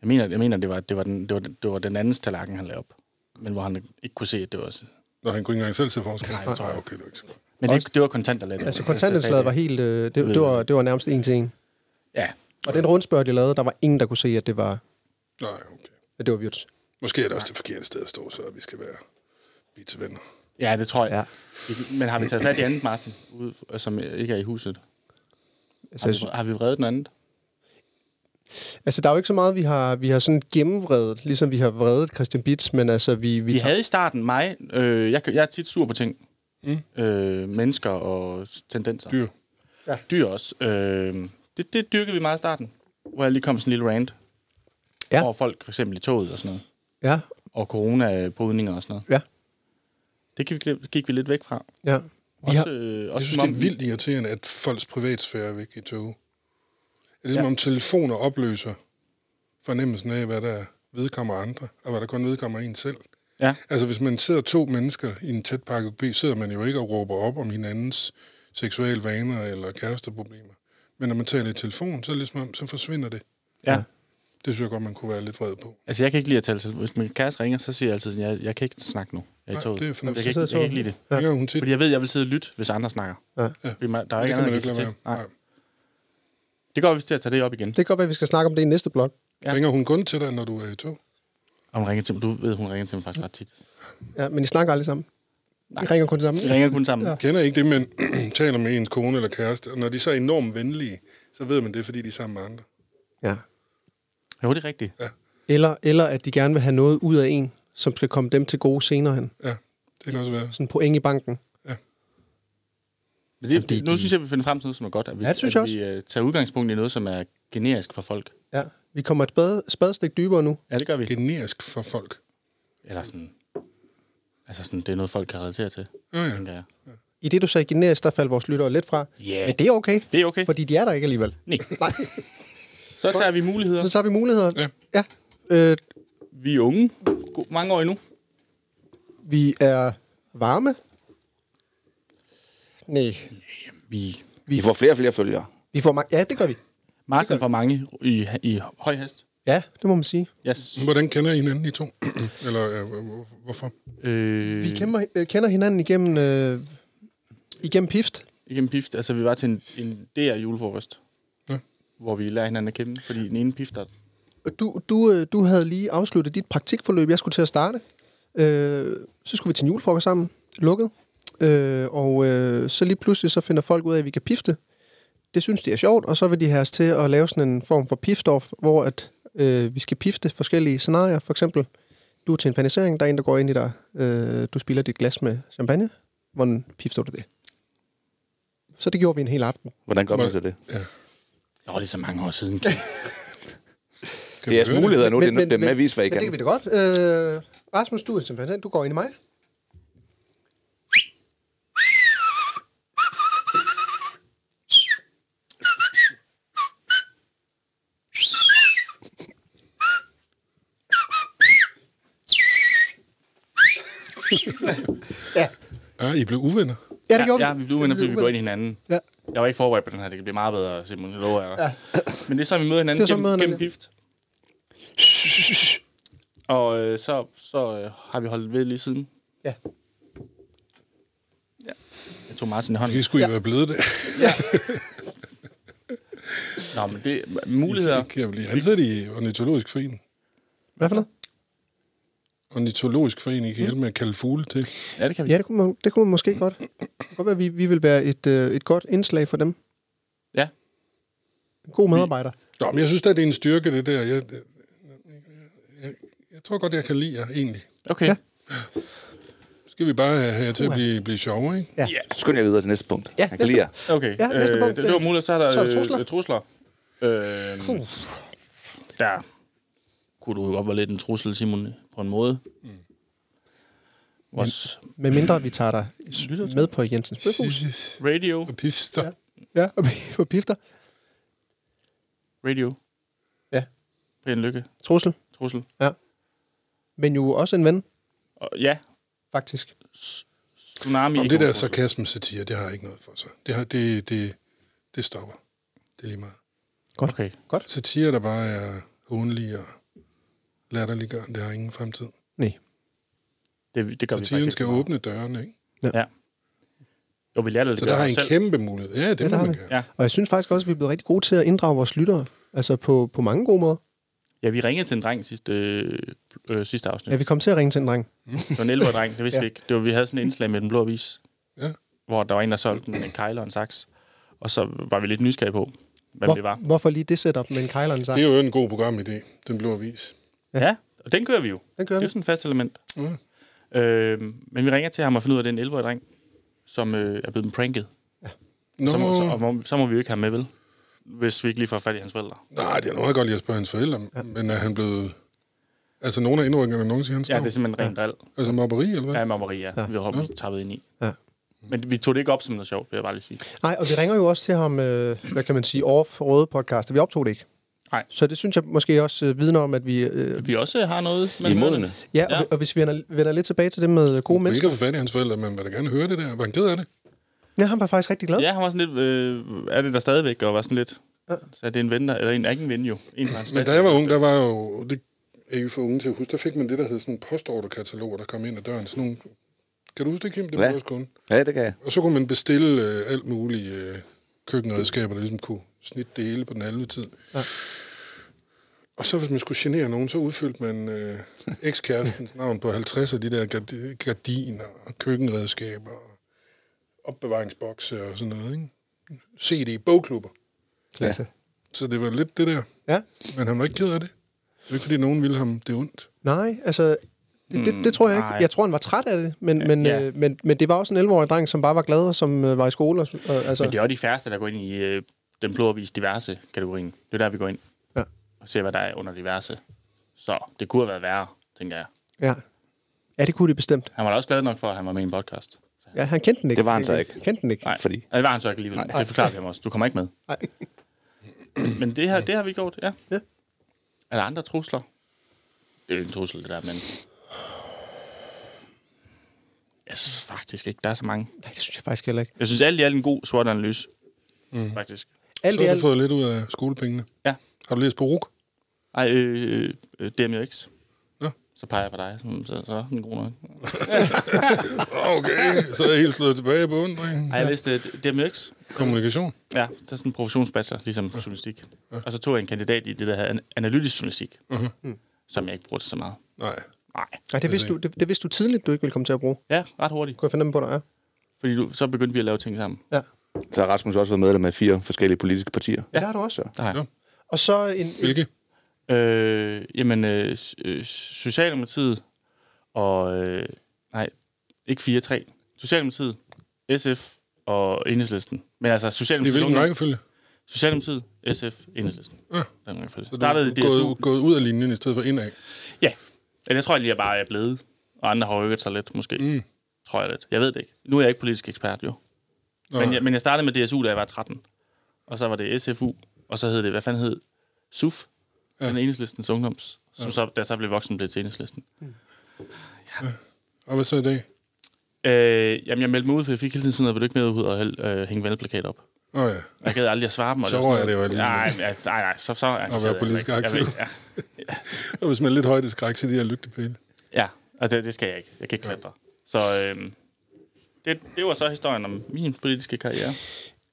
[SPEAKER 5] Jeg mener, jeg mener det, var, det, var den, det, var, det var den andens tallerken, han lavede op. Men hvor han ikke kunne se, at det var...
[SPEAKER 4] Nå, han kunne ikke engang selv se forskel. Nej, tror jeg. Okay, det er ikke så godt.
[SPEAKER 5] Men det, det var kontanter lidt.
[SPEAKER 1] altså kontanthjælpslaget var helt... Øh, det, det, var, det var nærmest en til en.
[SPEAKER 5] Ja,
[SPEAKER 1] Og den rundspørg, de lavede, der var ingen, der kunne se, at det var,
[SPEAKER 4] Nej, okay.
[SPEAKER 1] at det var Wirtz.
[SPEAKER 4] Måske er det også det forkerte sted at stå, så vi skal være Bits venner.
[SPEAKER 5] ja, det tror jeg.
[SPEAKER 1] Ja.
[SPEAKER 5] Ja. Men har vi taget fat i andet, Martin, ude, øh, som ikke er i huset?
[SPEAKER 1] Altså,
[SPEAKER 5] Har
[SPEAKER 1] jeg synes-
[SPEAKER 5] vi, har vi vredet den andet?
[SPEAKER 1] altså, der er jo ikke så meget, vi har, vi har sådan gennemvredet, ligesom vi har vredet Christian Bits, men altså, vi... vi
[SPEAKER 5] Vi
[SPEAKER 1] tager,
[SPEAKER 5] havde i starten mig. Øh, jeg, kan- jeg er tit sur på ting. Mm. Øh, mennesker og s- tendenser.
[SPEAKER 4] Dyr.
[SPEAKER 5] Ja. Dyr også. Øh, det, det dyrkede vi meget i starten, hvor jeg lige kom sådan en lille rant.
[SPEAKER 1] Ja.
[SPEAKER 5] Ja. Over folk, for eksempel i toget og sådan noget.
[SPEAKER 1] ja,
[SPEAKER 5] Og corona-brydninger og sådan noget.
[SPEAKER 1] ja,
[SPEAKER 5] Det gik, vi- gik vi lidt væk fra.
[SPEAKER 1] ja. Vi
[SPEAKER 5] Også,
[SPEAKER 1] har,
[SPEAKER 5] øh,
[SPEAKER 4] Jeg
[SPEAKER 5] også
[SPEAKER 4] synes,
[SPEAKER 5] som
[SPEAKER 4] det er
[SPEAKER 5] om-
[SPEAKER 4] vildt irriterende, at folks privatsfære er væk i tog. Det er ligesom
[SPEAKER 5] Ja.
[SPEAKER 4] ja. om telefoner opløser fornemmelsen af, hvad der vedkommer andre, og hvad der kun vedkommer en selv.
[SPEAKER 5] Ja,
[SPEAKER 4] Altså, hvis man sidder to mennesker i en tæt pakket B, sidder man jo ikke og råber op om hinandens seksuelle vaner eller kæresteproblemer. Men når man taler i telefon, så, er det ligesom om, så forsvinder det.
[SPEAKER 5] ja.
[SPEAKER 4] Det synes jeg godt, man kunne være lidt vred på.
[SPEAKER 5] Altså, jeg kan ikke lide at tale. selv. Hvis min kæreste ringer, så siger jeg altid, at jeg, jeg kan ikke snakke nu. Jeg er i
[SPEAKER 4] Nej,
[SPEAKER 5] toget.
[SPEAKER 4] det er
[SPEAKER 5] jeg,
[SPEAKER 4] fornuftigt.
[SPEAKER 5] kan ikke, jeg kan ikke lide det.
[SPEAKER 4] Ja. Det gør hun tit.
[SPEAKER 5] Fordi jeg ved, at jeg vil sidde og lytte, hvis andre snakker.
[SPEAKER 1] ja.
[SPEAKER 5] Fordi man, der er
[SPEAKER 4] det
[SPEAKER 5] ikke andet,
[SPEAKER 4] kan man
[SPEAKER 5] man
[SPEAKER 4] ikke
[SPEAKER 5] kan
[SPEAKER 4] lade
[SPEAKER 5] sige til.
[SPEAKER 4] være.
[SPEAKER 5] Nej.
[SPEAKER 4] Nej.
[SPEAKER 5] Det går, hvis det at tage det op igen.
[SPEAKER 1] Det kan godt være, at vi skal snakke om det i næste blog.
[SPEAKER 5] Ja.
[SPEAKER 4] Ringer hun kun til dig, når du er i tog?
[SPEAKER 5] Og hun ringer til mig. Du ved, hun ringer til mig faktisk ret tit.
[SPEAKER 1] Ja, men I snakker aldrig sammen. I ringer kun sammen.
[SPEAKER 5] Vi ringer kun sammen.
[SPEAKER 1] Ja.
[SPEAKER 5] Ja.
[SPEAKER 4] Kender ikke det, men taler med ens kone eller kæreste, og når de så er enormt venlige, så ved man det, er, fordi de er sammen med andre.
[SPEAKER 1] Ja.
[SPEAKER 5] Jo, det er rigtigt. Ja.
[SPEAKER 1] Eller, eller at de gerne vil have noget ud af en, som skal komme dem til gode senere hen.
[SPEAKER 4] Ja, det kan også være.
[SPEAKER 1] Sådan point i banken.
[SPEAKER 5] Men det, det, nu synes jeg, vi finder frem til noget, som er godt. At vi,
[SPEAKER 1] Ja, det synes
[SPEAKER 5] at
[SPEAKER 1] jeg
[SPEAKER 5] vi øh, tager udgangspunkt i noget, som er generisk for folk.
[SPEAKER 1] Ja. Vi kommer et spade, spadestik dybere nu.
[SPEAKER 5] Ja, det gør vi.
[SPEAKER 4] Generisk for folk.
[SPEAKER 5] Eller sådan... Altså sådan, det er noget, folk kan relatere til,
[SPEAKER 4] Ja, ja.
[SPEAKER 5] tænker jeg.
[SPEAKER 1] I det, du sagde generisk, der faldt vores lyttere lidt fra.
[SPEAKER 5] Ja.
[SPEAKER 1] Men det er okay.
[SPEAKER 5] Det er okay.
[SPEAKER 1] Fordi de er der ikke alligevel.
[SPEAKER 5] Nej.
[SPEAKER 1] Nej.
[SPEAKER 5] Så tager vi muligheder.
[SPEAKER 1] Så tager vi muligheder.
[SPEAKER 4] Ja.
[SPEAKER 1] ja. Øh,
[SPEAKER 5] Vi er unge. God, mange år endnu.
[SPEAKER 1] vi er varme. Nej.
[SPEAKER 5] Vi
[SPEAKER 2] I får flere og flere følgere.
[SPEAKER 1] Vi får mange... Ja, det gør vi.
[SPEAKER 5] Marsen for mange i, i høj hast.
[SPEAKER 1] Ja, det må man sige.
[SPEAKER 5] Yes.
[SPEAKER 4] Hvordan kender I hinanden, I to? eller øh, hvor- hvorfor?
[SPEAKER 5] Øh,
[SPEAKER 1] Vi kender, øh, kender hinanden igennem... Øh, igennem pift.
[SPEAKER 5] igennem pift. Altså, vi var til en, en DR julefrokost.
[SPEAKER 4] Ja.
[SPEAKER 5] Hvor vi lærer hinanden at kende, fordi den ene pifter
[SPEAKER 1] Du, du, øh, du havde lige afsluttet dit praktikforløb. Jeg skulle til at starte. Øh, så skulle vi til en julefrokost sammen. Lukket. Øh, og øh, så lige pludselig så finder folk ud af, at vi kan pifte. Det synes de er sjovt, og så vil de have os til at lave sådan en form for pifstof, hvor at, øh, vi skal pifte forskellige scenarier. For eksempel, du er til en panisering, der er en, der går ind i dig. Øh, du spiller dit glas med champagne. Hvordan pifter du det? Så det gjorde vi en hel aften.
[SPEAKER 2] Hvordan gør man så det?
[SPEAKER 5] Nå, det er så mange år siden.
[SPEAKER 4] Kan
[SPEAKER 7] Det er
[SPEAKER 2] Altså,
[SPEAKER 4] vi
[SPEAKER 7] jeres
[SPEAKER 4] høre
[SPEAKER 7] muligheder nu, det er dem med at vise, hvad I
[SPEAKER 1] men det kan vi
[SPEAKER 7] kan.
[SPEAKER 1] da godt. Øh, Rasmus, du er simpelthen, du går ind i mig.
[SPEAKER 4] Ah, I blev uvenner.
[SPEAKER 1] Ja, det gjorde
[SPEAKER 5] ja, vi blev uvenner, fordi vi går ind i hinanden.
[SPEAKER 1] Ja.
[SPEAKER 5] Jeg var ikke forberedt på den her. Det kan blive meget bedre, Simon. Det lover jeg dig. Men det er så, vi møder hinanden
[SPEAKER 1] Det er så, vi møder
[SPEAKER 5] gennem,
[SPEAKER 1] hinanden.
[SPEAKER 5] gennem gift. Og øh, så, så øh, har vi holdt ved lige siden.
[SPEAKER 1] Ja.
[SPEAKER 5] Jeg tog Martin i hånden.
[SPEAKER 4] Det skulle I være blevet det.
[SPEAKER 5] Nå, men det er muligheder.
[SPEAKER 4] Kan jeg blive ansat i ornitologisk forening?
[SPEAKER 1] Hvad for noget?
[SPEAKER 4] Ornitologisk forening I kan
[SPEAKER 5] Mm.
[SPEAKER 4] hjælpe med at kalde fugle til.
[SPEAKER 5] Ja, det kan vi.
[SPEAKER 1] Ja, det kunne man, det kunne man måske godt. Det kunne godt være, at vi, vi vil være et, øh, et godt indslag for dem.
[SPEAKER 5] Ja.
[SPEAKER 1] En god medarbejder.
[SPEAKER 4] Nå, men jeg synes da, det er en styrke, det der. Jeg, jeg, jeg, jeg tror godt, jeg kan lide jer, egentlig.
[SPEAKER 5] Okay.
[SPEAKER 1] Ja.
[SPEAKER 4] Så Skal vi bare have jer til at blive, blive sjove, ikke?
[SPEAKER 1] Ja.
[SPEAKER 7] Skynd jer videre til næste punkt.
[SPEAKER 1] Ja,
[SPEAKER 7] Han kan
[SPEAKER 1] næste.
[SPEAKER 7] lide jer.
[SPEAKER 5] Okay.
[SPEAKER 1] Ja, næste punkt.
[SPEAKER 5] Øh, det, det var muligt, så er der,
[SPEAKER 1] Så er der trusler.
[SPEAKER 5] Øh, trusler. Øh,
[SPEAKER 1] Mm.
[SPEAKER 5] der kunne du jo godt være lidt en trussel, Simon, på en måde. Mm. Vores
[SPEAKER 1] Med mindre vi tager dig med på Jensens Bøfhus.
[SPEAKER 4] Jesus.
[SPEAKER 5] radio,
[SPEAKER 4] Og pister.
[SPEAKER 1] Ja, og vi- og pifter.
[SPEAKER 5] radio,
[SPEAKER 1] Ja.
[SPEAKER 5] pæn lykke,
[SPEAKER 1] Trussel.
[SPEAKER 5] trussel.
[SPEAKER 1] Men jo også en ven,
[SPEAKER 5] Og, ja,
[SPEAKER 1] faktisk.
[SPEAKER 5] tsunami.
[SPEAKER 4] Om
[SPEAKER 5] ikke
[SPEAKER 4] det der
[SPEAKER 5] en trussel.
[SPEAKER 4] sarkasme-satire, det har jeg ikke noget for sig. Det, har, det, det, det stopper. Det er lige meget.
[SPEAKER 5] Okay.
[SPEAKER 4] Satire, der bare er hånlig og latterliggørende, det har ingen fremtid.
[SPEAKER 1] Nej.
[SPEAKER 5] Det, det gør vi
[SPEAKER 4] Satiren
[SPEAKER 5] faktisk.
[SPEAKER 4] skal
[SPEAKER 5] ikke.
[SPEAKER 4] åbne dørene, ikke?
[SPEAKER 5] Ja. Jo, vi lærte det.
[SPEAKER 4] Så
[SPEAKER 5] gør
[SPEAKER 4] der har
[SPEAKER 5] os
[SPEAKER 4] I en
[SPEAKER 5] selv.
[SPEAKER 4] kæmpe mulighed. Ja, det
[SPEAKER 1] der
[SPEAKER 4] må
[SPEAKER 1] har
[SPEAKER 4] man
[SPEAKER 1] vi.
[SPEAKER 4] gerne.
[SPEAKER 5] Ja.
[SPEAKER 1] Og jeg synes faktisk også, at vi er blevet rigtig gode til at inddrage vores lyttere. Altså på, på mange gode måder.
[SPEAKER 5] Ja, vi ringede til en dreng sidste, øh, øh, sidste afsnit.
[SPEAKER 1] Ja, vi kom til at ringe til en dreng.
[SPEAKER 5] Det var en 11 dreng, det vidste ja. vi ikke. Det var, vi havde sådan en indslag med den blå avis,
[SPEAKER 4] Ja.
[SPEAKER 5] hvor der var en, der solgte en, en kejler og en saks. Og så var vi lidt nysgerrige på, hvad
[SPEAKER 1] Hvor,
[SPEAKER 5] det var.
[SPEAKER 1] Hvorfor lige det setup med en kejleren sagt?
[SPEAKER 4] Det er jo en god programidé, den blå avis.
[SPEAKER 5] Ja. ja, og den kører vi jo.
[SPEAKER 1] Den kører
[SPEAKER 5] Det er
[SPEAKER 1] vi.
[SPEAKER 5] jo sådan et fast element.
[SPEAKER 4] Ja.
[SPEAKER 5] Øh, men vi ringer til ham og finder ud af, at det er en 11-årig dreng, som øh, er blevet pranket.
[SPEAKER 4] Nå,
[SPEAKER 5] Så, må, så, og må, så må vi jo ikke have ham med, vel? Hvis vi ikke lige får fat i hans forældre.
[SPEAKER 4] nej, det er noget godt lige at spørge hans forældre, ja. men er han blevet... Altså, nogen af indrykkerne nogen siger hans
[SPEAKER 5] Ja,
[SPEAKER 4] ja,
[SPEAKER 5] det er simpelthen rent ja. drill.
[SPEAKER 4] Altså, mobberi, eller hvad?
[SPEAKER 5] Ja,
[SPEAKER 4] Ja.
[SPEAKER 5] med Maria. Ja. Vi har ja. tappet ind i.
[SPEAKER 1] Ja.
[SPEAKER 5] Men vi tog det ikke op som noget sjovt, vil jeg bare lige sige.
[SPEAKER 1] Nej, og vi ringer jo også til ham, øh, hvad kan man sige, off røde podcast. Vi optog det ikke.
[SPEAKER 5] Nej.
[SPEAKER 1] Så det synes jeg måske også øh, vidner om, at vi... Øh,
[SPEAKER 5] Vi også har noget med
[SPEAKER 7] I moderne.
[SPEAKER 1] ja, ja. Og, og hvis vi vender, vender lidt tilbage til det med gode
[SPEAKER 4] Vi
[SPEAKER 1] mennesker.
[SPEAKER 4] skal få fat i hans forældre, men vil da gerne høre det der. Var han ked af det?
[SPEAKER 1] Ja, han var faktisk rigtig glad.
[SPEAKER 5] Ja, han var sådan lidt, øh, er det der stadigvæk, og var sådan lidt,
[SPEAKER 1] Ja.
[SPEAKER 5] ja. så er det en ven, der, eller en, er ikke en ven jo. En fra hans
[SPEAKER 4] Men da jeg var ung, der var jo... Det er jo for unge til at huske. Der fik man det, der hed sådan en postorderkatalog, der kom ind ad døren. Sådan nogle, kan du huske det, Kim? Det var
[SPEAKER 7] Hvad?
[SPEAKER 4] også kun.
[SPEAKER 7] Ja, det kan jeg.
[SPEAKER 4] Og så kunne man bestille øh, alt muligt øh, køkkenredskaber, der ligesom kunne snitte det hele på den halve tid. Ja. Og så hvis man skulle genere nogen, så udfyldte man øh, ekskærestens navn på 50 af de der gardi- gardiner og køkkenredskaber og opbevaringsbokse og sådan noget, ikke? CD-bogklubber.
[SPEAKER 1] Klasse.
[SPEAKER 4] Så det var lidt det der.
[SPEAKER 1] Ja.
[SPEAKER 4] Men han var ikke ked af det. Det var ikke, fordi nogen ville ham det ondt.
[SPEAKER 1] Nej, altså... Det, det, det tror jeg ikke.
[SPEAKER 5] Hmm, nej.
[SPEAKER 1] Jeg tror, han var træt af det, men, men,
[SPEAKER 5] Ja.
[SPEAKER 1] øh, men, men det var også en 11-årig dreng, som bare var glad og som øh, var i skole. Og, og, altså,
[SPEAKER 5] Men det er også de færreste, der går ind i øh, den blå avis diverse kategorien. Det er der, vi går ind
[SPEAKER 1] Ja.
[SPEAKER 5] og ser, hvad der er under diverse. Så det kunne have været værre, tænker jeg.
[SPEAKER 1] ja. ja, det kunne det bestemt.
[SPEAKER 5] Han var da også glad nok for, at han var med i en podcast.
[SPEAKER 1] Ja, han kendte den ikke.
[SPEAKER 7] Det var han så ikke.
[SPEAKER 1] Han kendte den ikke.
[SPEAKER 5] Nej,
[SPEAKER 7] Fordi-
[SPEAKER 5] Og det var han så ikke alligevel. Nej. Det forklarede vi ham også. Du kommer ikke med.
[SPEAKER 1] Nej.
[SPEAKER 5] Men det her, det har vi gjort, ja.
[SPEAKER 1] Ja.
[SPEAKER 5] Er der andre trusler? Det er jo en trussel, det der, men... Jeg synes faktisk ikke, der er så mange.
[SPEAKER 1] Nej, det synes jeg faktisk heller ikke.
[SPEAKER 5] Jeg synes alt i alt en god sort analyse. Mm. Faktisk.
[SPEAKER 1] Alt
[SPEAKER 4] Så
[SPEAKER 1] i
[SPEAKER 4] har du
[SPEAKER 1] alt,
[SPEAKER 4] fået lidt ud af skolepengene.
[SPEAKER 5] Ja.
[SPEAKER 4] Har du læst på RUK?
[SPEAKER 5] Ej, øh, øh, øh, DMX.
[SPEAKER 4] Nå.
[SPEAKER 5] Så Så peger jeg på dig. Sådan, så, så er den god nok.
[SPEAKER 4] Okay, så er jeg helt slået tilbage på undringen.
[SPEAKER 5] Ej, jeg læste øh, DMX.
[SPEAKER 4] Kommunikation.
[SPEAKER 5] Ja, det er sådan en professionsbachelor, ligesom journalistik. Og så tog jeg en kandidat i det, der hedder an- analytisk journalistik,
[SPEAKER 4] Mhm.
[SPEAKER 5] mm-hmm. som jeg ikke brugte så meget.
[SPEAKER 4] Nej.
[SPEAKER 5] Nej.
[SPEAKER 1] Nej, det vidste, du, det, det vidste du tidligt, du ikke ville komme til at bruge.
[SPEAKER 5] Ja, ret hurtigt.
[SPEAKER 1] Kunne jeg finde dem på dig? Ja.
[SPEAKER 5] Fordi du, så begyndte vi at lave ting sammen.
[SPEAKER 1] ja.
[SPEAKER 7] Så har Rasmus også været medlem af fire forskellige politiske partier.
[SPEAKER 1] ja. Det har du også.
[SPEAKER 5] Nej.
[SPEAKER 4] Nå.
[SPEAKER 1] Og så en... en
[SPEAKER 4] Hvilke?
[SPEAKER 5] Øh, jamen, øh, s- øh, Socialdemokratiet og... Øh, nej, ikke 4-3. Socialdemokratiet, SF og Enhedslisten. Men altså,
[SPEAKER 4] I
[SPEAKER 5] Socialdemokratiet...
[SPEAKER 4] hvilken rækkefølge?
[SPEAKER 5] Socialdemokratiet, SF, Enhedslisten.
[SPEAKER 4] Ja.
[SPEAKER 5] Den gang, faktisk.
[SPEAKER 4] Så
[SPEAKER 5] Startede i
[SPEAKER 4] du er
[SPEAKER 5] DSU.
[SPEAKER 4] gået, gået ud af linjen i stedet for indad.
[SPEAKER 5] Ja. Eller jeg tror, jeg lige er bare er blevet. Og andre har rykket sig lidt, måske. Mm. Tror jeg lidt. Jeg ved det ikke. Nu er jeg ikke politisk ekspert, jo. Men jeg, men jeg startede med DSU, da jeg var 13. Og så var det SFU, og så hed det, hvad fanden hed? SUF, ja. den enhedslistens ungdoms, som så, da jeg så blev voksen, blev til enhedslisten.
[SPEAKER 4] Og hvad så i dag?
[SPEAKER 5] Øh, jamen, jeg meldte mig ud, for jeg fik hele tiden sådan noget, vil du ikke med ud og hælde, øh, hænge valgplakater op?
[SPEAKER 4] Åh oh, ja.
[SPEAKER 5] Og Jeg gad aldrig at svare dem. Og
[SPEAKER 4] Så
[SPEAKER 5] var
[SPEAKER 4] røg
[SPEAKER 5] sådan
[SPEAKER 4] jeg det jo
[SPEAKER 5] Nej,
[SPEAKER 4] alligevel.
[SPEAKER 5] nej, nej, nej, så, så er jeg
[SPEAKER 4] Og være politisk
[SPEAKER 5] Jeg ved
[SPEAKER 4] aktiv.
[SPEAKER 5] ikke, Ja,
[SPEAKER 4] Og hvis man er lidt højt i skræk, så de her lygtepæle.
[SPEAKER 5] ja og det, det skal jeg ikke. Jeg kan ikke klatre. Så øh, det, det var så historien om min politiske karriere.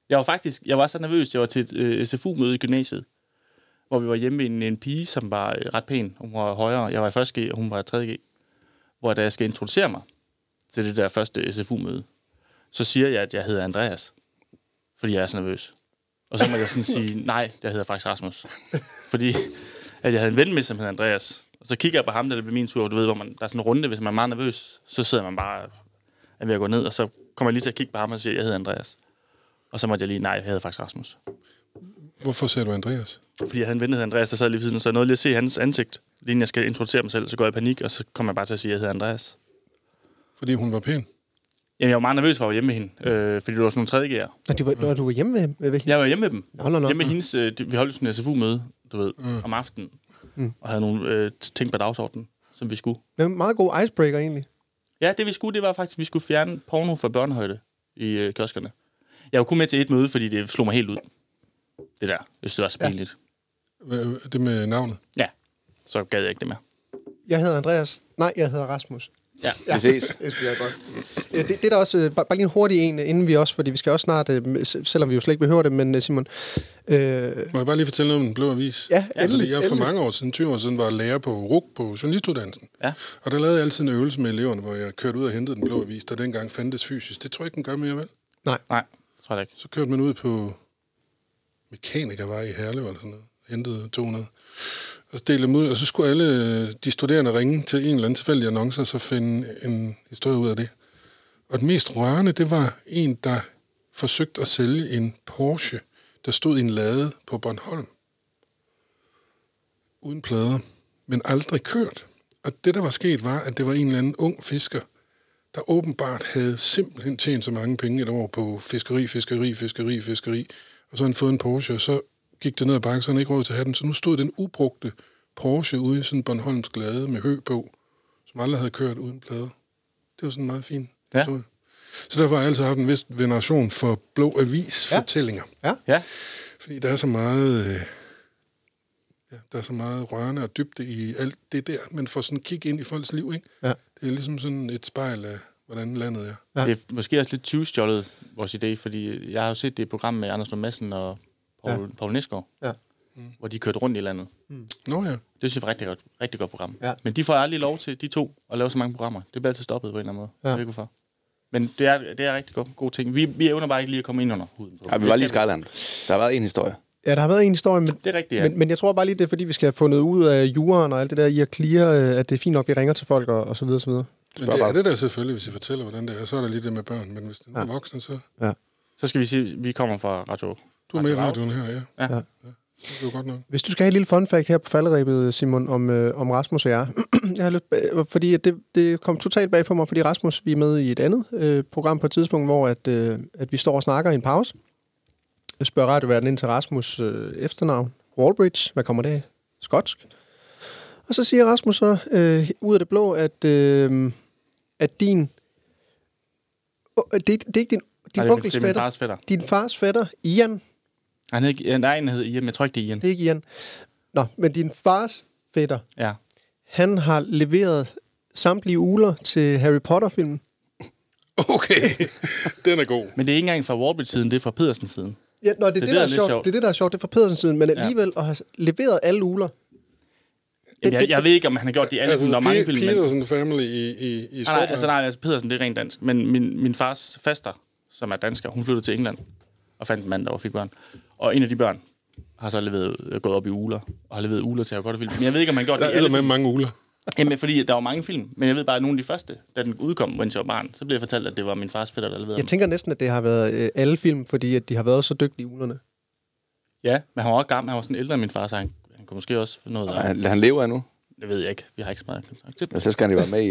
[SPEAKER 5] Jeg var faktisk, jeg var så nervøs, jeg var til et øh, SFU-møde i gymnasiet, hvor vi var hjemme ved en, en pige, som var øh, ret pæn. Hun var højere, jeg var i 1.G, og hun var i 3.G. Hvor da jeg skal introducere mig til det der første SFU-møde, så siger jeg, at jeg hedder Andreas, fordi jeg er så nervøs. Og så må jeg sådan sige, nej, jeg hedder faktisk Rasmus. Fordi at jeg havde en ven med, som hed Andreas. Og så kigger jeg på ham, da det blev min tur, og du ved, hvor man, der er sådan en runde, hvis man er meget nervøs, så sidder man bare er ved at gå ned, og så kommer jeg lige til at kigge på ham og siger, jeg hedder Andreas. Og så måtte jeg lige, nej, jeg hedder faktisk Rasmus.
[SPEAKER 4] Hvorfor sagde du Andreas?
[SPEAKER 5] Fordi jeg havde en ven, der hed Andreas, der sad lige ved siden, så jeg nåede lige at se hans ansigt, lige inden jeg skal introducere mig selv, så går jeg i panik, og så kommer jeg bare til at sige, jeg hedder Andreas.
[SPEAKER 4] Fordi hun var pæn.
[SPEAKER 5] Jamen, jeg var meget nervøs for at være hjemme med hende, øh, fordi det var sådan nogle tredjegærer.
[SPEAKER 1] Når du, var, når du var hjemme ved, ved hende?
[SPEAKER 5] Jeg var hjemme med dem.
[SPEAKER 1] Nå, nå, nå.
[SPEAKER 5] Hjemme med hendes, øh, det- vi holdt sådan en SFU-møde, du ved, mm. om aftenen. Mm. Og havde nogle øh, ting på dagsordenen, som vi skulle.
[SPEAKER 1] Ja. En meget god icebreaker, egentlig.
[SPEAKER 5] Ja, det vi skulle, det var faktisk, at vi skulle fjerne porno fra børnehøjde i øh, kioskerne. Jeg var kun med til et møde, fordi det slog mig helt ud. Det der. Jeg synes, det var så pinligt.
[SPEAKER 4] Hvad- Det med navnet.
[SPEAKER 5] Ja. ja. Så gad jeg ikke det mere.
[SPEAKER 1] Jeg hedder Andreas. Nej, jeg hedder Rasmus.
[SPEAKER 7] Vi ses.
[SPEAKER 1] Det synes jeg er godt. Ja, det, det er der også, øh, bare, bare lige en hurtig en, øh, inden vi også, fordi vi skal også snart, øh, s- selvom vi jo slet ikke behøver det, men øh, Simon, øh,
[SPEAKER 4] Må jeg bare lige fortælle noget om den blå avis?
[SPEAKER 1] Ja, endelig,
[SPEAKER 4] Fordi jeg for
[SPEAKER 1] endelig.
[SPEAKER 4] mange år siden, 20 år siden, var lærer på RUG på journalistuddannelsen.
[SPEAKER 5] Ja.
[SPEAKER 4] Og der lavede jeg altid en øvelse med eleverne, hvor jeg kørte ud og hentede den blå avis, der dengang fandtes fysisk. Det tror jeg ikke, den gør mere, vel?
[SPEAKER 5] Nej, det tror jeg da ikke.
[SPEAKER 4] Så kørte man ud på Mekanikervej i Herlev eller sådan noget. Hentede 200. Og så delte dem ud, og så skulle alle øh, de studerende ringe til en eller anden tilfældig annonce, og så finde en historie ud af det. Og det mest rørende, det var en, der forsøgte at sælge en Porsche, der stod i en lade på Bornholm. Uden plader, men aldrig kørt. Og det, der var sket, var, at det var en eller anden ung fisker, der åbenbart havde simpelthen tjent så mange penge et år på fiskeri, fiskeri, fiskeri, fiskeri. Og så havde han fået en Porsche, og så gik det ned ad bakken, så havde han ikke råd til at have den. Så nu stod den ubrugte Porsche ude i sådan en Bornholms glade med hø på, som aldrig havde kørt uden plader. Det var sådan en meget fin
[SPEAKER 5] Ja.
[SPEAKER 4] historie. Så derfor har jeg altså haft en vis veneration for blå avis-fortællinger.
[SPEAKER 5] Ja.
[SPEAKER 4] Fordi der er så meget... Øh, ja, der er så meget rørende og dybde i alt det der. Man får sådan et kig ind i folks liv, ikke?
[SPEAKER 1] Ja.
[SPEAKER 4] Det er ligesom sådan et spejl af, hvordan landet er.
[SPEAKER 1] Ja.
[SPEAKER 5] Ja. Det er måske også lidt tyvstjålet, vores idé, fordi jeg har jo set det program med Anders Lund Madsen og Poul, ja. Poul Nesgaard,
[SPEAKER 1] Ja.
[SPEAKER 5] hvor de kørte rundt i landet.
[SPEAKER 4] Nå ja.
[SPEAKER 5] Det synes jeg var et rigtig godt, rigtig godt program.
[SPEAKER 1] Ja.
[SPEAKER 5] Men de får aldrig lov til, de to, at lave så mange programmer. Det bliver altid stoppet på en eller anden måde.
[SPEAKER 1] Ja.
[SPEAKER 5] Ja. Jeg ved ikke hvorfor. Men det er, det er rigtig god, god ting. Vi, vi evner bare ikke lige at komme ind under huden på.
[SPEAKER 7] Ja, vi var lige i Skyland. Der har været en historie.
[SPEAKER 1] ja, der har været en historie, men,
[SPEAKER 5] Det er rigtigt, ja.
[SPEAKER 1] men, men jeg tror bare lige, det er, fordi vi skal have fundet ud af juraen og alt det der i at clear, øh, at det er fint nok, vi ringer til folk og, og så videre og så videre.
[SPEAKER 4] Men
[SPEAKER 7] Spørg
[SPEAKER 4] det er
[SPEAKER 7] bare.
[SPEAKER 4] det der selvfølgelig, hvis I fortæller, hvordan det er. Så er der lige det med børn, men hvis det nu er voksne, så...
[SPEAKER 5] Så skal vi sige, at vi kommer fra Radio.
[SPEAKER 4] Du er med i radioen her, ja.
[SPEAKER 5] Ja.
[SPEAKER 4] ja. Det er jo godt nok.
[SPEAKER 1] Hvis du skal have et lille fun fact her på falderæbet, Simon, om, øh, om Rasmus og jeg. jeg har lyst, øh, fordi at det, det kom totalt bag på mig, fordi Rasmus, vi er med i et andet øh, program på et tidspunkt, hvor at, øh, at vi står og snakker i en pause. Jeg spørger radioverden ind til Rasmus øh, efternavn. Wallbridge, hvad kommer det af? Skotsk. Og så siger Rasmus så øh, ud af det blå, at, øh, at din... Oh, det, det er ikke din, din
[SPEAKER 5] Nej, det er min-
[SPEAKER 1] onkels
[SPEAKER 5] det er min
[SPEAKER 1] fætter.
[SPEAKER 5] fars fætter.
[SPEAKER 1] Din fars fætter, Ian,
[SPEAKER 5] Nej, han hed, ikke- nej, han hed Ian. Jeg tror ikke, det er Ian.
[SPEAKER 1] det er ikke Ian. Nå, men din fars fætter,
[SPEAKER 5] Ja.
[SPEAKER 1] han har leveret samtlige uler til Harry Potter-filmen.
[SPEAKER 4] Okay, den er god.
[SPEAKER 5] Men det er ikke engang fra Warbit-siden, det er fra Pedersen-siden.
[SPEAKER 1] Ja, nå, det, er det, det,
[SPEAKER 5] der
[SPEAKER 1] der er
[SPEAKER 5] er lidt
[SPEAKER 1] sjovt.
[SPEAKER 5] sjovt.
[SPEAKER 1] Det er det, der er sjovt. Det er fra Pedersens side, men alligevel at have leveret alle uler.
[SPEAKER 5] Jamen,
[SPEAKER 1] det-
[SPEAKER 5] jeg, jeg ved ikke, om han har gjort det i alle altså, der er mange
[SPEAKER 4] Pe-
[SPEAKER 5] film. Men...
[SPEAKER 4] Peterson Family i, i, i
[SPEAKER 5] Nej, nej,
[SPEAKER 4] Skotland.
[SPEAKER 5] altså, nej, altså Pedersen, det er rent dansk. Men min, min fars faster, som er dansker, hun flyttede til England og fandt en mand, der var- fik børn. Og en af de børn har så leveret, gået op i uler, og har leveret uler til at godt film. Men jeg ved ikke, om han gjort
[SPEAKER 4] Der
[SPEAKER 5] det i alle
[SPEAKER 4] er med mange uler.
[SPEAKER 5] Jamen, fordi der var mange film, men jeg ved bare, at nogle af de første, da den udkom, mens jeg var barn, så blev jeg fortalt, at det var min fars fætter, der leverede
[SPEAKER 1] Jeg
[SPEAKER 5] dem.
[SPEAKER 1] tænker næsten, at det har været øh, alle film, fordi at de har været så dygtige ulerne.
[SPEAKER 5] Ja, men han var også gammel, han var sådan ældre end min far, så han, han kunne måske også få noget af
[SPEAKER 7] Han, han lever endnu.
[SPEAKER 5] Det ved jeg ikke, vi har ikke så meget kontakt til dem.
[SPEAKER 7] Ja, så skal han jo være med i...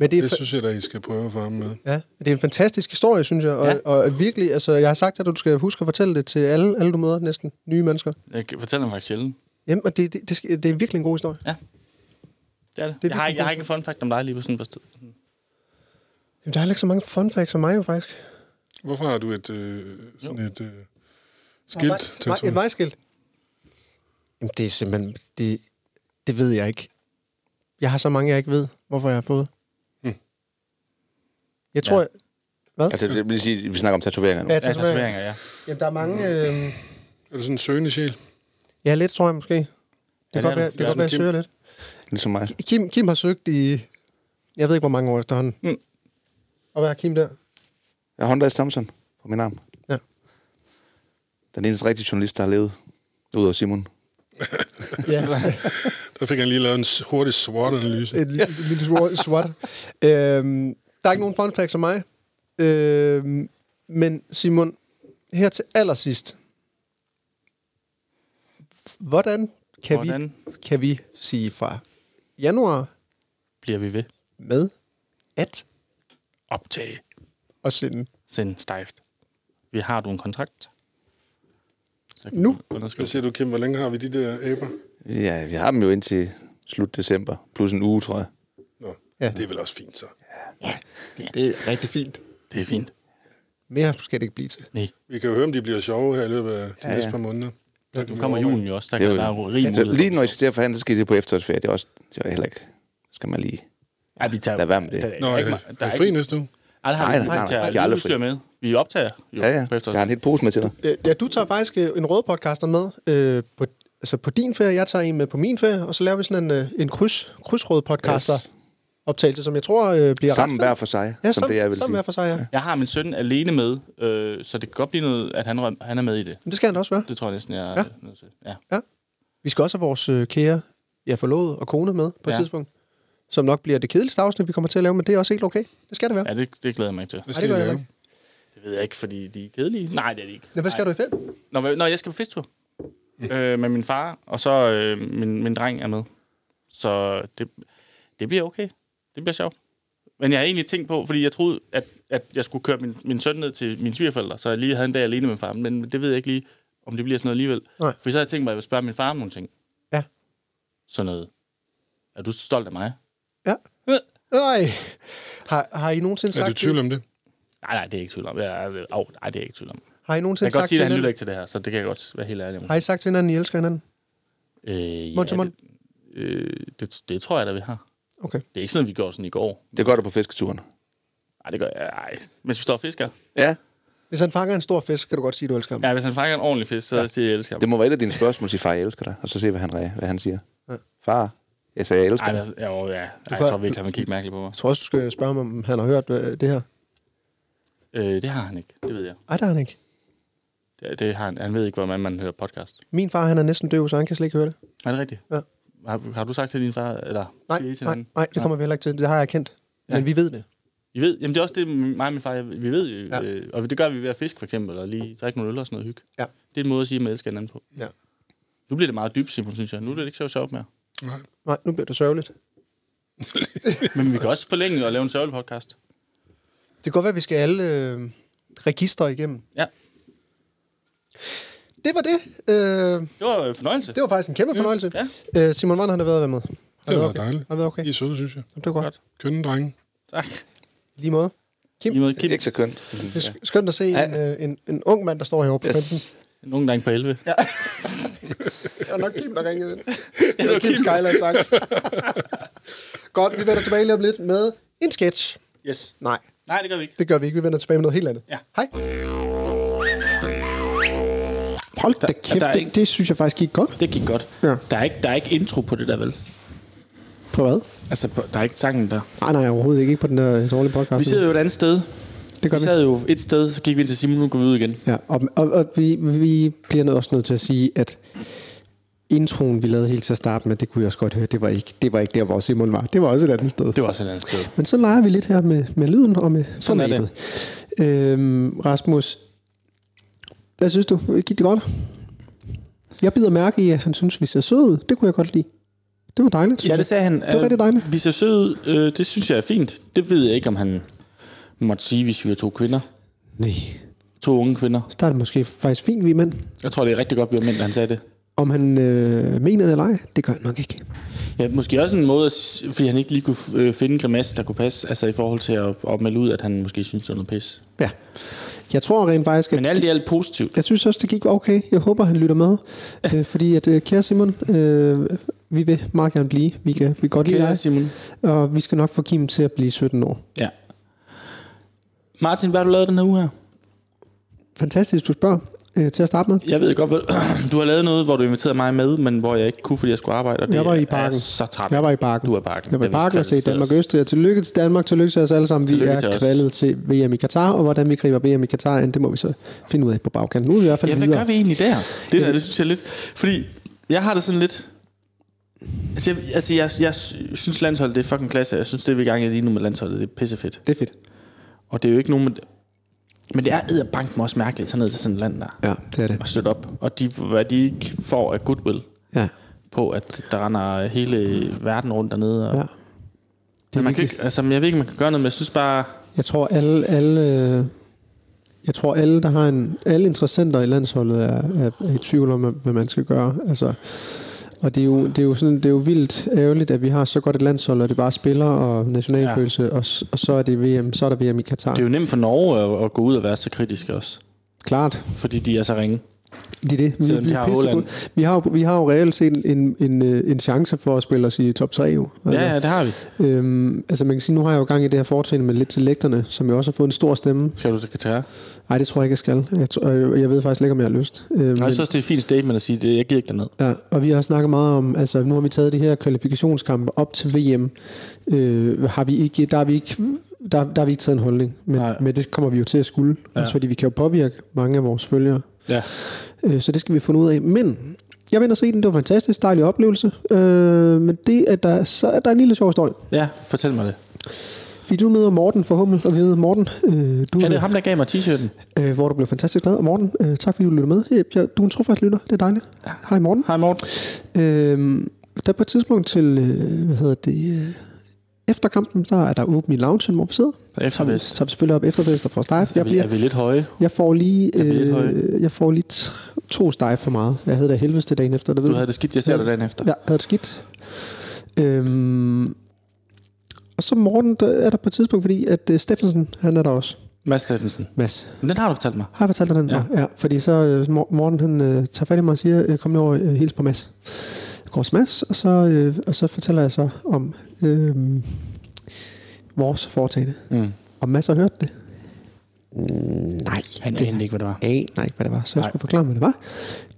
[SPEAKER 1] Men det er,
[SPEAKER 4] Det
[SPEAKER 1] fa-
[SPEAKER 4] synes jeg da, I skal prøve at få ham med.
[SPEAKER 1] ja, det er en fantastisk historie, synes jeg. Og, ja.
[SPEAKER 5] Ja.
[SPEAKER 1] og virkelig, altså, jeg har sagt, at du skal huske at fortælle det til alle, alle du møder, næsten nye mennesker.
[SPEAKER 5] Jeg kan- fortæller dem faktisk sjældent.
[SPEAKER 1] Jamen, og det, det, det, skal- det er virkelig en god historie.
[SPEAKER 5] Det er det.
[SPEAKER 1] Det er
[SPEAKER 5] jeg, har
[SPEAKER 1] virkelig
[SPEAKER 5] ikke, jeg har ikke en fun fact om dig lige på sådan et sted.
[SPEAKER 1] Jamen, der er heller ikke så mange fun facts om mig, jo, faktisk.
[SPEAKER 4] Hvorfor har du et, øh, sådan et øh, skilt?
[SPEAKER 1] Nej,
[SPEAKER 4] tatoveret?
[SPEAKER 1] et vejskilt. Jamen, det er simpelthen... Det, det ved jeg ikke. Jeg har så mange, jeg ikke ved, hvorfor jeg har fået.
[SPEAKER 4] Hmm.
[SPEAKER 1] Jeg tror... Ja.
[SPEAKER 7] Altså, det vil sige, vi snakker om tatoveringer nu.
[SPEAKER 1] Ja,
[SPEAKER 5] Ja,
[SPEAKER 1] tatoveringer.
[SPEAKER 5] tatoveringer, ja.
[SPEAKER 1] Jamen, der er mange... Øh,
[SPEAKER 4] Er du sådan en søgende sjæl?
[SPEAKER 1] ja, lidt, tror jeg måske. Det kan
[SPEAKER 5] det
[SPEAKER 1] godt
[SPEAKER 5] er
[SPEAKER 1] være,
[SPEAKER 5] du.
[SPEAKER 1] det kan
[SPEAKER 5] Ja,
[SPEAKER 1] godt være, jeg
[SPEAKER 4] Kim.
[SPEAKER 1] søger lidt.
[SPEAKER 7] Ligesom mig.
[SPEAKER 1] Kim, Kim har søgt i... Jeg ved ikke, hvor mange år efterhånden.
[SPEAKER 5] Mm.
[SPEAKER 1] Og hvad er Kim der?
[SPEAKER 7] Jeg har Honda S. Thompson på min arm.
[SPEAKER 1] Ja.
[SPEAKER 7] Den eneste rigtige journalist, der har levet. Udover Simon.
[SPEAKER 1] Ja,
[SPEAKER 4] Der fik han lige lavet en s- hurtig SWOT-analyse.
[SPEAKER 1] et lille, lille swat- swat. Øhm, der er ikke nogen fun facts om mig. Øhm, men Simon, her til allersidst. Hvordan kan, Hvordan?
[SPEAKER 5] Hvordan
[SPEAKER 1] Vi, kan vi sige fra januar
[SPEAKER 5] bliver vi ved?
[SPEAKER 1] med at
[SPEAKER 5] Optage.
[SPEAKER 1] og sende?
[SPEAKER 5] Send stejft. Vi har du en kontrakt? Så kan
[SPEAKER 1] Nu?
[SPEAKER 5] du underskrive.
[SPEAKER 4] Hvad siger du, Kim? Hvor længe har vi de der æber?
[SPEAKER 7] Ja, vi har dem jo indtil slut december. Plus en uge, tror jeg.
[SPEAKER 4] Nå,
[SPEAKER 1] Ja.
[SPEAKER 4] ja. det er vel også fint så.
[SPEAKER 1] Det er rigtig fint.
[SPEAKER 5] Det er fint.
[SPEAKER 1] Mere skal det ikke blive til.
[SPEAKER 4] Vi kan jo høre, om de bliver sjove her i løbet af de ja,
[SPEAKER 7] Ja,
[SPEAKER 4] næste
[SPEAKER 7] ja.
[SPEAKER 4] par måneder. Der
[SPEAKER 5] Nu kommer julen jo også, der
[SPEAKER 7] Det er
[SPEAKER 5] kan
[SPEAKER 7] jo-
[SPEAKER 5] være rig
[SPEAKER 7] Så
[SPEAKER 5] mulighed.
[SPEAKER 7] lige når I skal til at forhandle, så skal I til på efterårsferie. Det er også det er heller ikke... Skal man lige...
[SPEAKER 5] Ja, vi tager,
[SPEAKER 7] Lad være med det.
[SPEAKER 5] Der, der,
[SPEAKER 4] Nå,
[SPEAKER 5] er
[SPEAKER 4] er,
[SPEAKER 5] ikke,
[SPEAKER 4] er,
[SPEAKER 5] meget- der er
[SPEAKER 4] fri
[SPEAKER 5] ikke,
[SPEAKER 4] næste uge?
[SPEAKER 5] Ej, der har vi
[SPEAKER 7] Nej, nej, nej,
[SPEAKER 5] nej,
[SPEAKER 7] nej,
[SPEAKER 5] nej,
[SPEAKER 7] de er aldrig
[SPEAKER 5] udstyr
[SPEAKER 7] fri.
[SPEAKER 5] med. Vi optager jo
[SPEAKER 7] Ja, ja.
[SPEAKER 5] på efterårs.
[SPEAKER 7] Jeg har en helt pose med til dig.
[SPEAKER 1] Øh, Ja, du tager faktisk øh, en rød podcaster med øh, på, altså på din ferie, jeg tager en med på min ferie, og så laver vi sådan en, øh, en kryds, krydsrød podcaster yes.
[SPEAKER 7] Yes.
[SPEAKER 1] optagelse, som jeg tror øh, bliver
[SPEAKER 7] Sammen
[SPEAKER 1] ret fed.
[SPEAKER 7] hver for sig,
[SPEAKER 1] ja,
[SPEAKER 7] som det jeg vil
[SPEAKER 1] sammen
[SPEAKER 7] sige.
[SPEAKER 1] hver for sig, ja. ja.
[SPEAKER 5] Jeg har min søn alene med, øh, så det kan godt blive noget, at han, røm- han er med i det.
[SPEAKER 1] Men det skal han da også være.
[SPEAKER 5] Det tror jeg næsten, jeg
[SPEAKER 1] Ja.
[SPEAKER 5] er nødt til. Ja.
[SPEAKER 1] Vi skal også have vores øh, kære, ja, forlovede og kone med på et ja.
[SPEAKER 5] Ja.
[SPEAKER 1] tidspunkt, som nok bliver det kedeligste afsnit, vi kommer til at lave, men det er også helt okay. Det skal det være.
[SPEAKER 5] ja, det, det glæder jeg mig til.
[SPEAKER 1] det
[SPEAKER 4] Hvad skal
[SPEAKER 1] gør
[SPEAKER 4] I
[SPEAKER 1] jeg
[SPEAKER 4] lave?
[SPEAKER 1] ikke.
[SPEAKER 5] Det ved jeg ikke, fordi de er kedelige. Nej, det er de ikke.
[SPEAKER 1] Ja, hvad skal
[SPEAKER 5] Nej.
[SPEAKER 1] du i ferie?
[SPEAKER 5] Nå, hvad- nå, jeg skal på festtur øh, med min far, og så øh, min, min dreng er med. Så det, det bliver okay. Det bliver sjovt. Men jeg har egentlig tænkt på, fordi jeg troede, at, at jeg skulle køre min, min søn ned til mine svigerforældre, så jeg lige havde en dag alene med far, men det ved jeg ikke lige, om det bliver sådan noget alligevel.
[SPEAKER 1] Nej.
[SPEAKER 5] For så havde jeg tænkt mig, at jeg ville spørge min far om nogle ting.
[SPEAKER 1] Ja.
[SPEAKER 5] Sådan noget. Er du stolt af mig?
[SPEAKER 1] Ja.
[SPEAKER 5] Øh.
[SPEAKER 1] Nej. Har, har I nogensinde
[SPEAKER 4] Er
[SPEAKER 1] sagt
[SPEAKER 4] du i tvivl
[SPEAKER 1] det?
[SPEAKER 4] om det?
[SPEAKER 5] Nej, nej, det er jeg ikke i tvivl om. Jeg er, oh, nej, det er jeg ikke i tvivl om.
[SPEAKER 1] Har I
[SPEAKER 5] Jeg
[SPEAKER 1] nogensinde
[SPEAKER 5] kan godt
[SPEAKER 1] sagt til
[SPEAKER 5] sige, at han lytter
[SPEAKER 1] hinanden?
[SPEAKER 5] ikke til det her, så det kan jeg godt være helt ærlig om.
[SPEAKER 1] Har I sagt til hinanden, I elsker hinanden?
[SPEAKER 5] Øh,
[SPEAKER 1] Mund til mund?
[SPEAKER 5] Det, øh, det, det tror jeg da, vi har.
[SPEAKER 1] Okay.
[SPEAKER 5] Det er ikke sådan, vi gjorde sådan i går.
[SPEAKER 7] Det gør du på fisketuren.
[SPEAKER 5] Nej, det gør jeg. Ej. Mens vi står og fisker.
[SPEAKER 7] Ja,
[SPEAKER 1] Hvis han fanger en stor fisk, kan du godt sige, at du elsker ham.
[SPEAKER 5] Ja, hvis han fanger en ordentlig fisk, så ja. siger jeg, jeg elsker ham.
[SPEAKER 7] det må være et af dine spørgsmål. Sig, far, jeg elsker dig. Og så se, hvad han, re- hvad han siger. Far, jeg sagde, jeg elsker
[SPEAKER 5] Ej,
[SPEAKER 7] dig.
[SPEAKER 5] der, ja, jo, ja. Ej, jeg
[SPEAKER 1] kan-
[SPEAKER 5] tror virkelig, han vil kigge mærkeligt på mig.
[SPEAKER 1] Jeg tror også, du skal spørge ham, om han har hørt øh, det her.
[SPEAKER 5] Øh, det har han ikke. Det ved jeg.
[SPEAKER 1] Ej, det har han ikke.
[SPEAKER 5] Det, det har han. han ved ikke, hvordan man hører podcast.
[SPEAKER 1] Min far, han er næsten døv, så han kan slet ikke høre det.
[SPEAKER 5] Er det rigtigt?
[SPEAKER 1] Ja.
[SPEAKER 5] Har, har du sagt til din far, eller
[SPEAKER 1] Nej,
[SPEAKER 5] siger I til
[SPEAKER 1] nej,
[SPEAKER 5] hinanden?
[SPEAKER 1] nej, det kommer vi heller ikke til. Det har jeg erkendt. Ja. Men vi ved det.
[SPEAKER 5] I ved, jamen det er også det, mig og min far, jeg- vi ved jo,
[SPEAKER 1] Ja.
[SPEAKER 5] ja. øh, og det gør vi ved at fiske for eksempel, og lige drikke nogle øl og sådan noget hygge.
[SPEAKER 1] Ja.
[SPEAKER 5] Det er en måde at sige, at man elsker hinanden på.
[SPEAKER 1] Ja.
[SPEAKER 5] Nu bliver det meget dybt, Simon, synes jeg. Nu bliver det ikke så sjovt mere.
[SPEAKER 4] Nej.
[SPEAKER 1] Nej, nu bliver det sørgeligt.
[SPEAKER 5] Men vi kan også forlænge og lave en sørgelig podcast.
[SPEAKER 1] Det kan godt være, at vi skal alle øh, registre igennem.
[SPEAKER 5] Ja.
[SPEAKER 1] Det var det. Øh,
[SPEAKER 5] Det var jo en fornøjelse.
[SPEAKER 1] det var faktisk en kæmpe fornøjelse.
[SPEAKER 5] Ja.
[SPEAKER 1] Øh, Simon Wann, han har været med. Har
[SPEAKER 4] Det var
[SPEAKER 1] okay?
[SPEAKER 4] dejligt.
[SPEAKER 1] Har det været okay?
[SPEAKER 4] I er søde, synes jeg.
[SPEAKER 1] Jamen, Det var godt.
[SPEAKER 5] Godt.
[SPEAKER 4] Kønne drenge.
[SPEAKER 5] Tak.
[SPEAKER 1] Lige måde. Kim,
[SPEAKER 5] I måde, Kim,
[SPEAKER 7] Ikke så køn.
[SPEAKER 1] det er sk- skønt at se en, øh, en, en ung mand, der står heroppe på yes.
[SPEAKER 7] Yes.
[SPEAKER 1] fronten.
[SPEAKER 5] en ung dreng på 11. Ja.
[SPEAKER 1] Det var nok Kim, der ringede ind. det var Kim Skyland sagt. Godt, vi vender tilbage lige om lidt med en sketch.
[SPEAKER 5] Yes.
[SPEAKER 1] Nej,
[SPEAKER 5] Nej, det gør vi ikke.
[SPEAKER 1] det gør vi ikke. Vi vender tilbage med noget helt andet.
[SPEAKER 5] Ja.
[SPEAKER 1] Hej. Hold da kæft,
[SPEAKER 2] der er
[SPEAKER 1] det,
[SPEAKER 2] ikke-
[SPEAKER 1] det synes jeg faktisk gik godt.
[SPEAKER 2] Det gik godt.
[SPEAKER 1] Ja.
[SPEAKER 2] Der, er ikke, der er ikke intro på det der, vel?
[SPEAKER 1] På hvad?
[SPEAKER 2] Altså, på- der er ikke sangen der.
[SPEAKER 1] Nej, nej, overhovedet ikke. Ikke på den der øh, dårlige podcast.
[SPEAKER 2] Vi sidder jo et andet sted.
[SPEAKER 1] det gør
[SPEAKER 2] Vi
[SPEAKER 1] vi.
[SPEAKER 2] sad jo et sted, så gik vi ind til Simon, nu går vi ud igen.
[SPEAKER 1] Ja, og, og, og vi, vi bliver nødt- også nødt til at sige, at introen, vi lavede helt til at starte med, det kunne jeg også godt høre, det var ikke, det var ikke der, hvor Simon var. Det var også et andet sted.
[SPEAKER 2] Det var også et andet sted.
[SPEAKER 1] Men så leger vi lidt her med, med lyden og med
[SPEAKER 2] Sådan er
[SPEAKER 1] formatet. Øhm, Rasmus, hvad synes du? Gik det godt? Jeg bider mærke i, at han synes, vi ser søde ud. Det kunne jeg godt lide. Det var dejligt, synes
[SPEAKER 2] Ja, det sagde han.
[SPEAKER 1] Det var rigtig dejligt.
[SPEAKER 2] Vi ser søde ud. Øh, det synes jeg er fint. Det ved jeg ikke, om han måtte sige, hvis vi var to kvinder.
[SPEAKER 1] jeg. Nej.
[SPEAKER 2] To unge kvinder.
[SPEAKER 1] Der er det måske faktisk fint, vi er mænd.
[SPEAKER 2] Jeg tror, det er rigtig godt, vi har mænd, at han sagde det.
[SPEAKER 1] Om han øh, mener det eller ej, det gør han nok ikke.
[SPEAKER 2] Ja, måske også en måde, at s- fordi han ikke lige kunne øh, finde en grimasse, der kunne passe. Altså i forhold til at, at melde ud, at han måske synes, det var noget pis.
[SPEAKER 1] Ja. Jeg tror rent faktisk, at
[SPEAKER 2] Men alt i alt positivt.
[SPEAKER 1] Jeg synes også, det gik okay. Jeg håber, han lytter med. Øh, fordi at, øh, kære Simon, øh, vi vil meget gerne blive. Vi kan, vi kan godt lide
[SPEAKER 2] Kære
[SPEAKER 1] dig.
[SPEAKER 2] Simon.
[SPEAKER 1] Og vi skal nok få Kim til at blive 17 år.
[SPEAKER 2] Ja. Martin, hvad har du lavet den her uge her?
[SPEAKER 1] Fantastisk, du spørger. Øh, til at starte med.
[SPEAKER 2] Jeg ved godt, hvad, du har lavet noget, hvor du inviterede mig med, men hvor jeg ikke kunne, fordi jeg skulle arbejde. Og det
[SPEAKER 1] Jeg var i
[SPEAKER 2] er
[SPEAKER 1] parken.
[SPEAKER 2] så træt.
[SPEAKER 1] Jeg var i parken.
[SPEAKER 2] Du er i parken.
[SPEAKER 1] Jeg var i
[SPEAKER 2] Det er
[SPEAKER 1] parken og
[SPEAKER 2] vist
[SPEAKER 1] se Danmark
[SPEAKER 2] kvalificeret.
[SPEAKER 1] Østrig. Og tillykke til Danmark, tillykke til os alle sammen.
[SPEAKER 2] Tillykke
[SPEAKER 1] vi
[SPEAKER 2] til
[SPEAKER 1] er
[SPEAKER 2] os.
[SPEAKER 1] kvalet til VM i Katar, og hvordan vi griber VM i Katar ind, det må vi så finde ud af på bagkanten. Nu er vi i hvert fald
[SPEAKER 2] Ja, hvad
[SPEAKER 1] videre. Øh,
[SPEAKER 2] gør vi egentlig der? Det der, det synes jeg lidt... Fordi jeg har det sådan lidt... Altså, jeg, altså jeg, jeg synes landsholdet, det er fucking klasse. Jeg synes, det vi er i gang i lige nu med landsholdet, det er pissefedt.
[SPEAKER 1] Det er fedt.
[SPEAKER 2] Og det er jo ikke nogen... Med, men det er edderbanken også mærkeligt, sådan ned til sådan et land der.
[SPEAKER 1] Ja, det er det.
[SPEAKER 2] Og støtte op. Og de, hvad de ikke får af goodwill
[SPEAKER 1] Ja.
[SPEAKER 2] på, at der render hele verden rundt dernede. Og,
[SPEAKER 1] ja.
[SPEAKER 2] men man kan
[SPEAKER 1] virkelig-
[SPEAKER 2] ikke, altså, jeg ved ikke, om man kan gøre noget, men jeg synes bare...
[SPEAKER 1] Jeg tror alle, alle øh, jeg tror alle, der har en, alle interessenter i landsholdet er, er, er i tvivl om, hvad man skal gøre. Altså, og det er, jo, det, er jo sådan, det er jo vildt ærgerligt, at vi har så godt et landshold, og det bare spiller og nationalfølelse, ja. og, s- og, så er det VM, så er der VM i Katar.
[SPEAKER 2] Det er
[SPEAKER 1] Det er
[SPEAKER 2] jo nemt for Norge at, at gå ud og være så kritiske også.
[SPEAKER 1] klart,
[SPEAKER 2] Fordi de er så ringe.
[SPEAKER 1] det er det. Vi,
[SPEAKER 2] Selvom de
[SPEAKER 1] vi,
[SPEAKER 2] har
[SPEAKER 1] er pissegode.
[SPEAKER 2] Haaland.
[SPEAKER 1] vi, har, jo- vi har jo reelt set en, en, en, øh, en chance for at spille os i top 3. Jo. Altså,
[SPEAKER 2] Ja, ja, det har vi.
[SPEAKER 1] Øhm, altså man kan sige, nu har jeg jo gang i det her foretagende med lidt til lægterne, som jo også har fået en stor stemme.
[SPEAKER 2] Skal du til Katar?
[SPEAKER 1] Nej, det tror jeg ikke, jeg skal. Jeg, tror, jeg, jeg ved faktisk ikke, om jeg har lyst. Øhm,
[SPEAKER 2] Nej,
[SPEAKER 1] men-
[SPEAKER 2] jeg synes også, det er et fint statement at sige, det, jeg gider ikke derned.
[SPEAKER 1] Ja, og vi har snakket meget om, altså nu har vi taget de her kvalifikationskampe op til VM. Øh, har vi ikke, der har vi ikke der, der har vi ikke taget en holdning, men,
[SPEAKER 2] Nej.
[SPEAKER 1] men det kommer vi jo til at skulle, ja. også fordi vi kan jo påvirke mange af vores følgere.
[SPEAKER 2] Ja.
[SPEAKER 1] Øh, så det skal vi finde ud af. Men jeg vender se den, det var en fantastisk dejlig oplevelse, øh, men det at der, så er der en lille sjov historie.
[SPEAKER 2] Ja, fortæl mig det.
[SPEAKER 1] Fordi du møder Morten for Hummel, og vi hedder Morten, øh, du
[SPEAKER 2] Ja, det er ham, der gav mig t-shirten.
[SPEAKER 1] øh, hvor du blev fantastisk glad. Og Morten, øh, tak fordi du lytter med. Øh, jeg- Du er en trofast lytter, det er dejligt. Hej Morten.
[SPEAKER 2] Hej Morten.
[SPEAKER 1] Øhm, der på et tidspunkt til, øh, hvad hedder det, øh, efter kampen, der er der åben i loungen, hvor vi sidder. Så vi,
[SPEAKER 2] Efterfest.
[SPEAKER 1] så vi selvfølgelig op efterfest og får stejf. Jeg,
[SPEAKER 2] Er vi,
[SPEAKER 1] bliver,
[SPEAKER 2] er vi lidt høje?
[SPEAKER 1] jeg får lige,
[SPEAKER 2] vi lidt høje?
[SPEAKER 1] øh, jeg får lige t- to stejf for meget. Jeg havde det helveste dagen efter, det ved
[SPEAKER 2] Du havde det skidt, jeg ser
[SPEAKER 1] Ja.
[SPEAKER 2] dig dagen efter.
[SPEAKER 1] Ja, jeg havde det skidt. Øhm, og så Morten, der er der på et tidspunkt, fordi at øh, Steffensen, han er der også.
[SPEAKER 2] Mads Steffensen.
[SPEAKER 1] Mads.
[SPEAKER 2] Men Den har du fortalt mig.
[SPEAKER 1] Har jeg fortalt dig den?
[SPEAKER 2] Ja.
[SPEAKER 1] Ja. ja fordi så øh, Mor- Morten han, øh, tager fat i mig og siger, øh, kom lige over og øh, hils på Mads. Jeg går til Mads, og så, øh, og så fortæller jeg så om øh, vores foretagende.
[SPEAKER 2] Mm.
[SPEAKER 1] Og Mads har hørt det. Mm, nej,
[SPEAKER 2] Han
[SPEAKER 1] det
[SPEAKER 2] anede ikke, hvad det var.
[SPEAKER 1] aner ikke, hvad det var. Så jeg skulle forklare, hvad det var.